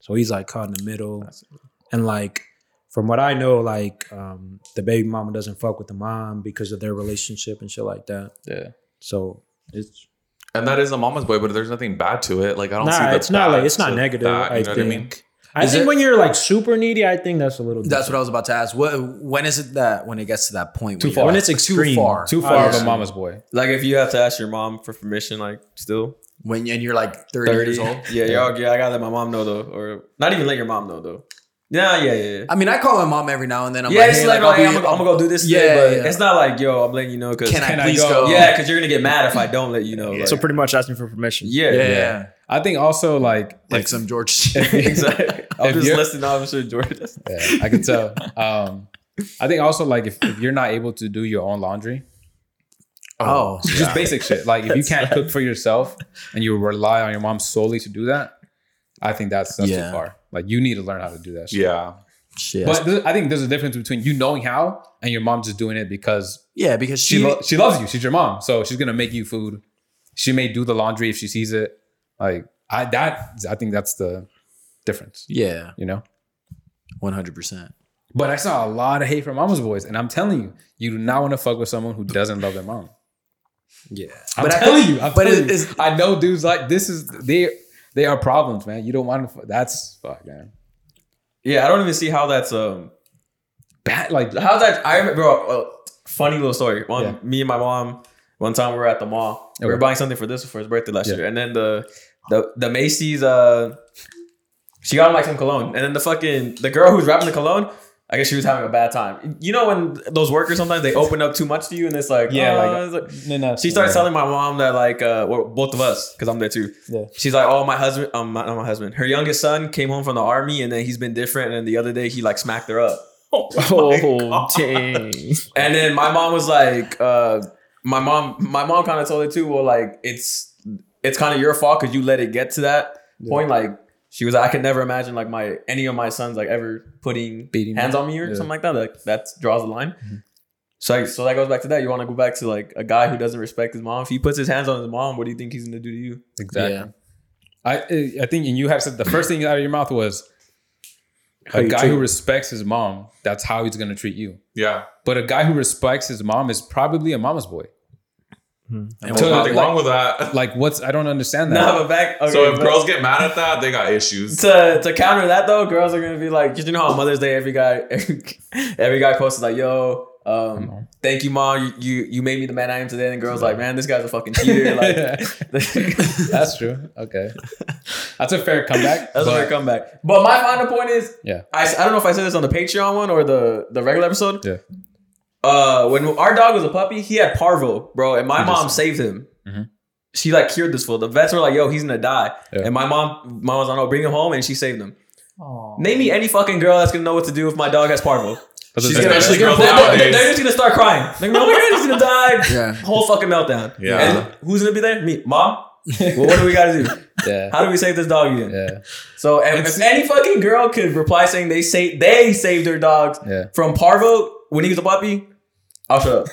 So he's like caught in the middle. And like from what I know, like um the baby mama doesn't fuck with the mom because of their relationship and shit like that. Yeah. So it's And that is a mama's boy, but there's nothing bad to it. Like I don't see nah, the it's not bad like it's not to negative. that, you I know think. what I, I mean? Is think it- when you're like super needy, I think that's a little. That's different. what I was about to ask. What when is it that when it gets to that point? Too where far. you're When like, it's extreme. Too far. Too far of a mama's boy. like if you have to ask your mom for permission, like still When and you're like 30, thirty. years old. Yeah, y'all, yeah, I gotta let my mom know though, or not even let your mom know though. Yeah, yeah, yeah. yeah. I mean, I call my mom every now and then. I'm yeah, like, it's hey, like, like, I'll oh, yeah, be- I'm, gonna, I'm gonna go do this Yeah, today, but yeah. it's not like, yo, I'm letting you know because Can I Can I please go? go? yeah, because you're gonna get mad if I don't let you know. Like, So pretty much asking for permission. yeah, Yeah, yeah, yeah, yeah. I think also like like if- some George. exactly. I'm If just you're- listening to Officer Jordan. Yeah, I can tell. Um, I think also like if, if you're not able to do your own laundry, oh, just basic shit. Like if you can't cook for yourself and you rely on your mom solely to do that, I think that's that's Yeah. too far. Like you need to learn how to do that. Shit. Yeah, shit. But th- I think there's a difference between you knowing how and your mom just doing it because yeah, because she she. lo- she loves you. She's your mom, so she's gonna make you food. She may do the laundry if she sees it. Like I that I think that's the difference. yeah, You know. one hundred percent. But I saw a lot of hate from mama's boys, and I'm telling you, you do not want to fuck with someone who doesn't love their mom. Yeah, I'm but I telling think- you, I'm but telling it- you. it's- I know dudes like this is they they are problems, man. You don't want to. That's fuck, man. Yeah, I don't even see how that's um Bad, like how that I remember. Bro, uh, funny little story. One, Yeah. me and my mom. One time we were at the mall. We were Okay. buying something for this for his birthday last Yeah. year, and then the the the Macy's uh she got him like some cologne, and then the fucking the girl who's wrapping the cologne. I guess she was having a bad time. You know when those workers sometimes they open up too much to you, and it's like Yeah, yeah, like- like no, no, she started telling my mom that like uh well, both of us because I'm there too. Yeah. She's like, oh my husband, um, my, not my husband. Her youngest son came home from the army and then he's been different. And then the other day he like smacked her up. Oh, dang. And then my mom was like, uh, my mom, my mom kind of told her too. Well, like it's it's kind of your fault because you let it get to that point. Like she was, I could never imagine like my any of my sons like ever putting Mm-hmm. Beating hands them. on me or Yeah. something like that. Like that draws the line. So, like, so that goes back to that. You want to go back to like a guy who doesn't respect his mom. If he puts his hands on his mom, what do you think he's gonna do to you? exactly. Yeah. I eh, I think and you have said the first thing out of your mouth was How a you guy treat- who respects his mom. That's how he's gonna treat you. Yeah. But a guy who respects his mom is probably a mama's boy. And There's So, nothing like- wrong with that. Like what's I don't understand that. Nah, but back. Okay, so if but- girls get mad at that, they got issues. to, to counter that though, girls are gonna be like, 'cause you know how on Mother's Day every guy every guy posts like, yo, um, thank you, mom, you, you you made me the man I am today. And the girls like, man, this guy's a fucking cheater. Like that's That's true. Okay. That's a fair comeback. but- a fair comeback. But my final point is, Yeah. I, I don't know if I said this on the Patreon one or the the regular episode. Yeah. Uh, when our dog was a puppy, he had parvo, bro, and my mom saved him. Mhm. She like cured this fool. The vets were like, "Yo, he's gonna die," Yeah. and my mom, my mom was like, "No, bring him home," and she saved him. Name me any fucking girl that's gonna know what to do if my dog has parvo. That's a She's fair gonna- comeback. she's gonna- Girls They're, nowadays. they're just gonna start crying. Like, oh my god, he's gonna die. Yeah. Whole fucking meltdown. Yeah. And who's gonna be there? Me, mom. well, what do we gotta do? yeah. How do we save this dog again? Yeah. So if, if any fucking girl could reply saying they say they saved their dogs Yeah. from Parvo when he was a puppy, I'll shut up.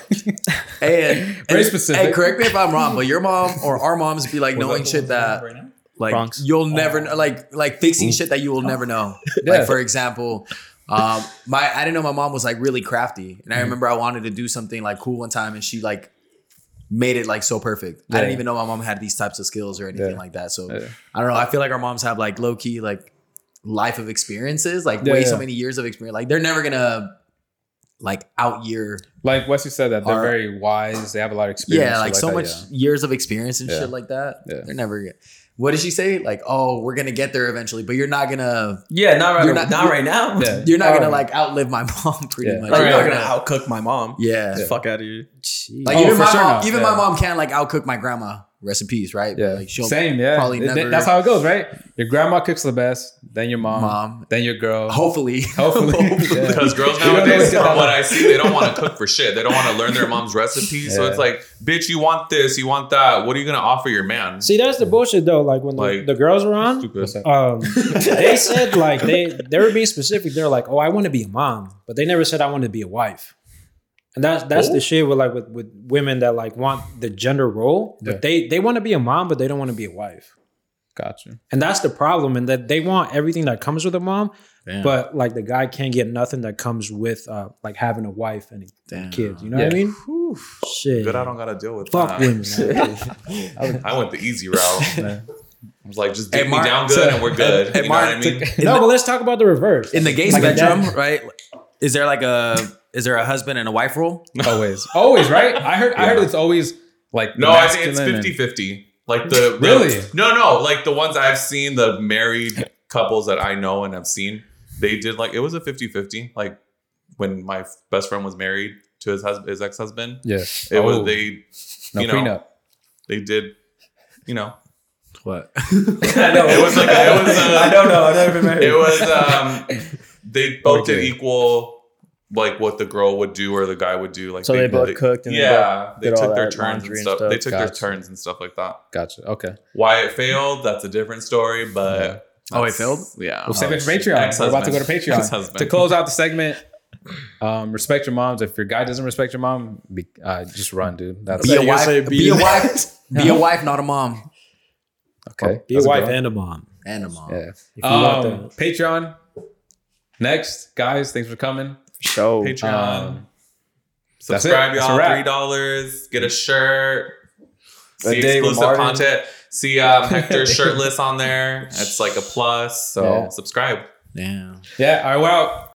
And, Very and- specific. And correct me if I'm wrong, but your mom or our moms be like knowing shit that like Bronx. you'll never kn- like like fixing shit that you will never know. Oh. Yeah. Like for example, um, my I didn't know my mom was like really crafty, Mm-hmm. and I remember I wanted to do something like cool one time, and she like made it like so perfect. I Yeah. didn't even know my mom had these types of skills or anything Yeah. like that. So Yeah. I don't know. I feel like our moms have like low key like life of experiences, like Yeah, way so yeah. many years of experience. Like they're never gonna like out year Like Wesley said that they're Are- very wise. They have a lot of experience. yeah, shit like, so that, much yeah. years of experience and Yeah. shit like that. Yeah. They're never. gonna- What did she say? Like, oh, we're gonna get there eventually, but you're not gonna, Yeah, not right, You're not, not- right now. Yeah. you're not All gonna right. like outlive my mom, pretty Oh, Yeah. much. Like, You're you're not not gonna- gonna outcook my mom. yeah. Get the Fuck out of here. Like Oh, even for my sure mom, not. even Yeah. my mom can't like outcook my grandma. Rest in peace, right? Yeah. Like she'll Same. Yeah. probably Th- th- never- That's how it goes, right? Your grandma cooks the best, then your mom, Mom. then your girl. hopefully, Hopefully. Yeah. Because girls You don't always get nowadays, from that what one. I see, they don't want to cook for shit. They don't want to learn their mom's recipes. So Yeah. it's like, bitch, you want this, you want that. What are you gonna offer your man? See, that's the bullshit though. Like when the, Like- the girls were on, Stupid. um, they said like they they were being specific. They're like, "Oh, I want to be a mom," but they never said I want to be a wife. And that's that's Oh. the shit with like with, with women that like want the gender role, but Yeah. they they want to be a mom, but they don't want to be a wife. Gotcha. And that's the problem, and that they want everything that comes with a mom, Damn. but like the guy can't get nothing that comes with uh, like having a wife and Damn. kids. You know Yeah. what I mean? Shit. Good, I don't gotta deal with Fuck that. women. man. I went the easy route. Yeah. I was like, just dig Hey, me Mark, down good and we're good. hey, you know Mark, what I mean? no, but let's talk about the reverse. in the gay Like a spectrum, dad. right? Is there like a is there a husband and a wife role? Always. Always, right? I heard I heard it's always like No, I think it's masculine and- 50 50. Like the, the- Really? no, no, like the ones I've seen, the married couples that I know and have seen, they did like it was a 50 50. Like when my f- best friend was married to his husband, his ex husband, Yeah. it was Oh, they, no you know, prenup. they did, you know, What? I know. It was like- it was, uh, I don't know. I've never been married. it was, um, they both did Okay. equal, like what the girl would do or the guy would do. Like So they both cooked and they yeah, they did all took their that turns and laundry and stuff. They stuff. took their Gotcha. turns and stuff like that. Gotcha. Okay. Why it failed, that's a different story, but. Oh, it that's- failed? Yeah. We'll save it for Patreon. We're about to go to Patreon. Ex-husband. To close out the segment, um, respect your moms. If your guy doesn't respect your mom, be, uh, just run, dude. That's Be a you gonna wife. say Be, be- a wife. be a wife, not a mom. okay. Be a That's good wife one. and a mom. And a mom. Yeah. If you want Um, that. Patreon. Next, guys, thanks for coming. show. Patreon. Um, that's it. Subscribe, That's a y'all. wrap. Three dollars. Get a shirt. A See day with exclusive Martin. content. See um, Hector shirtless on there. It's like a plus. So Yeah. subscribe. Damn. yeah, all right, well,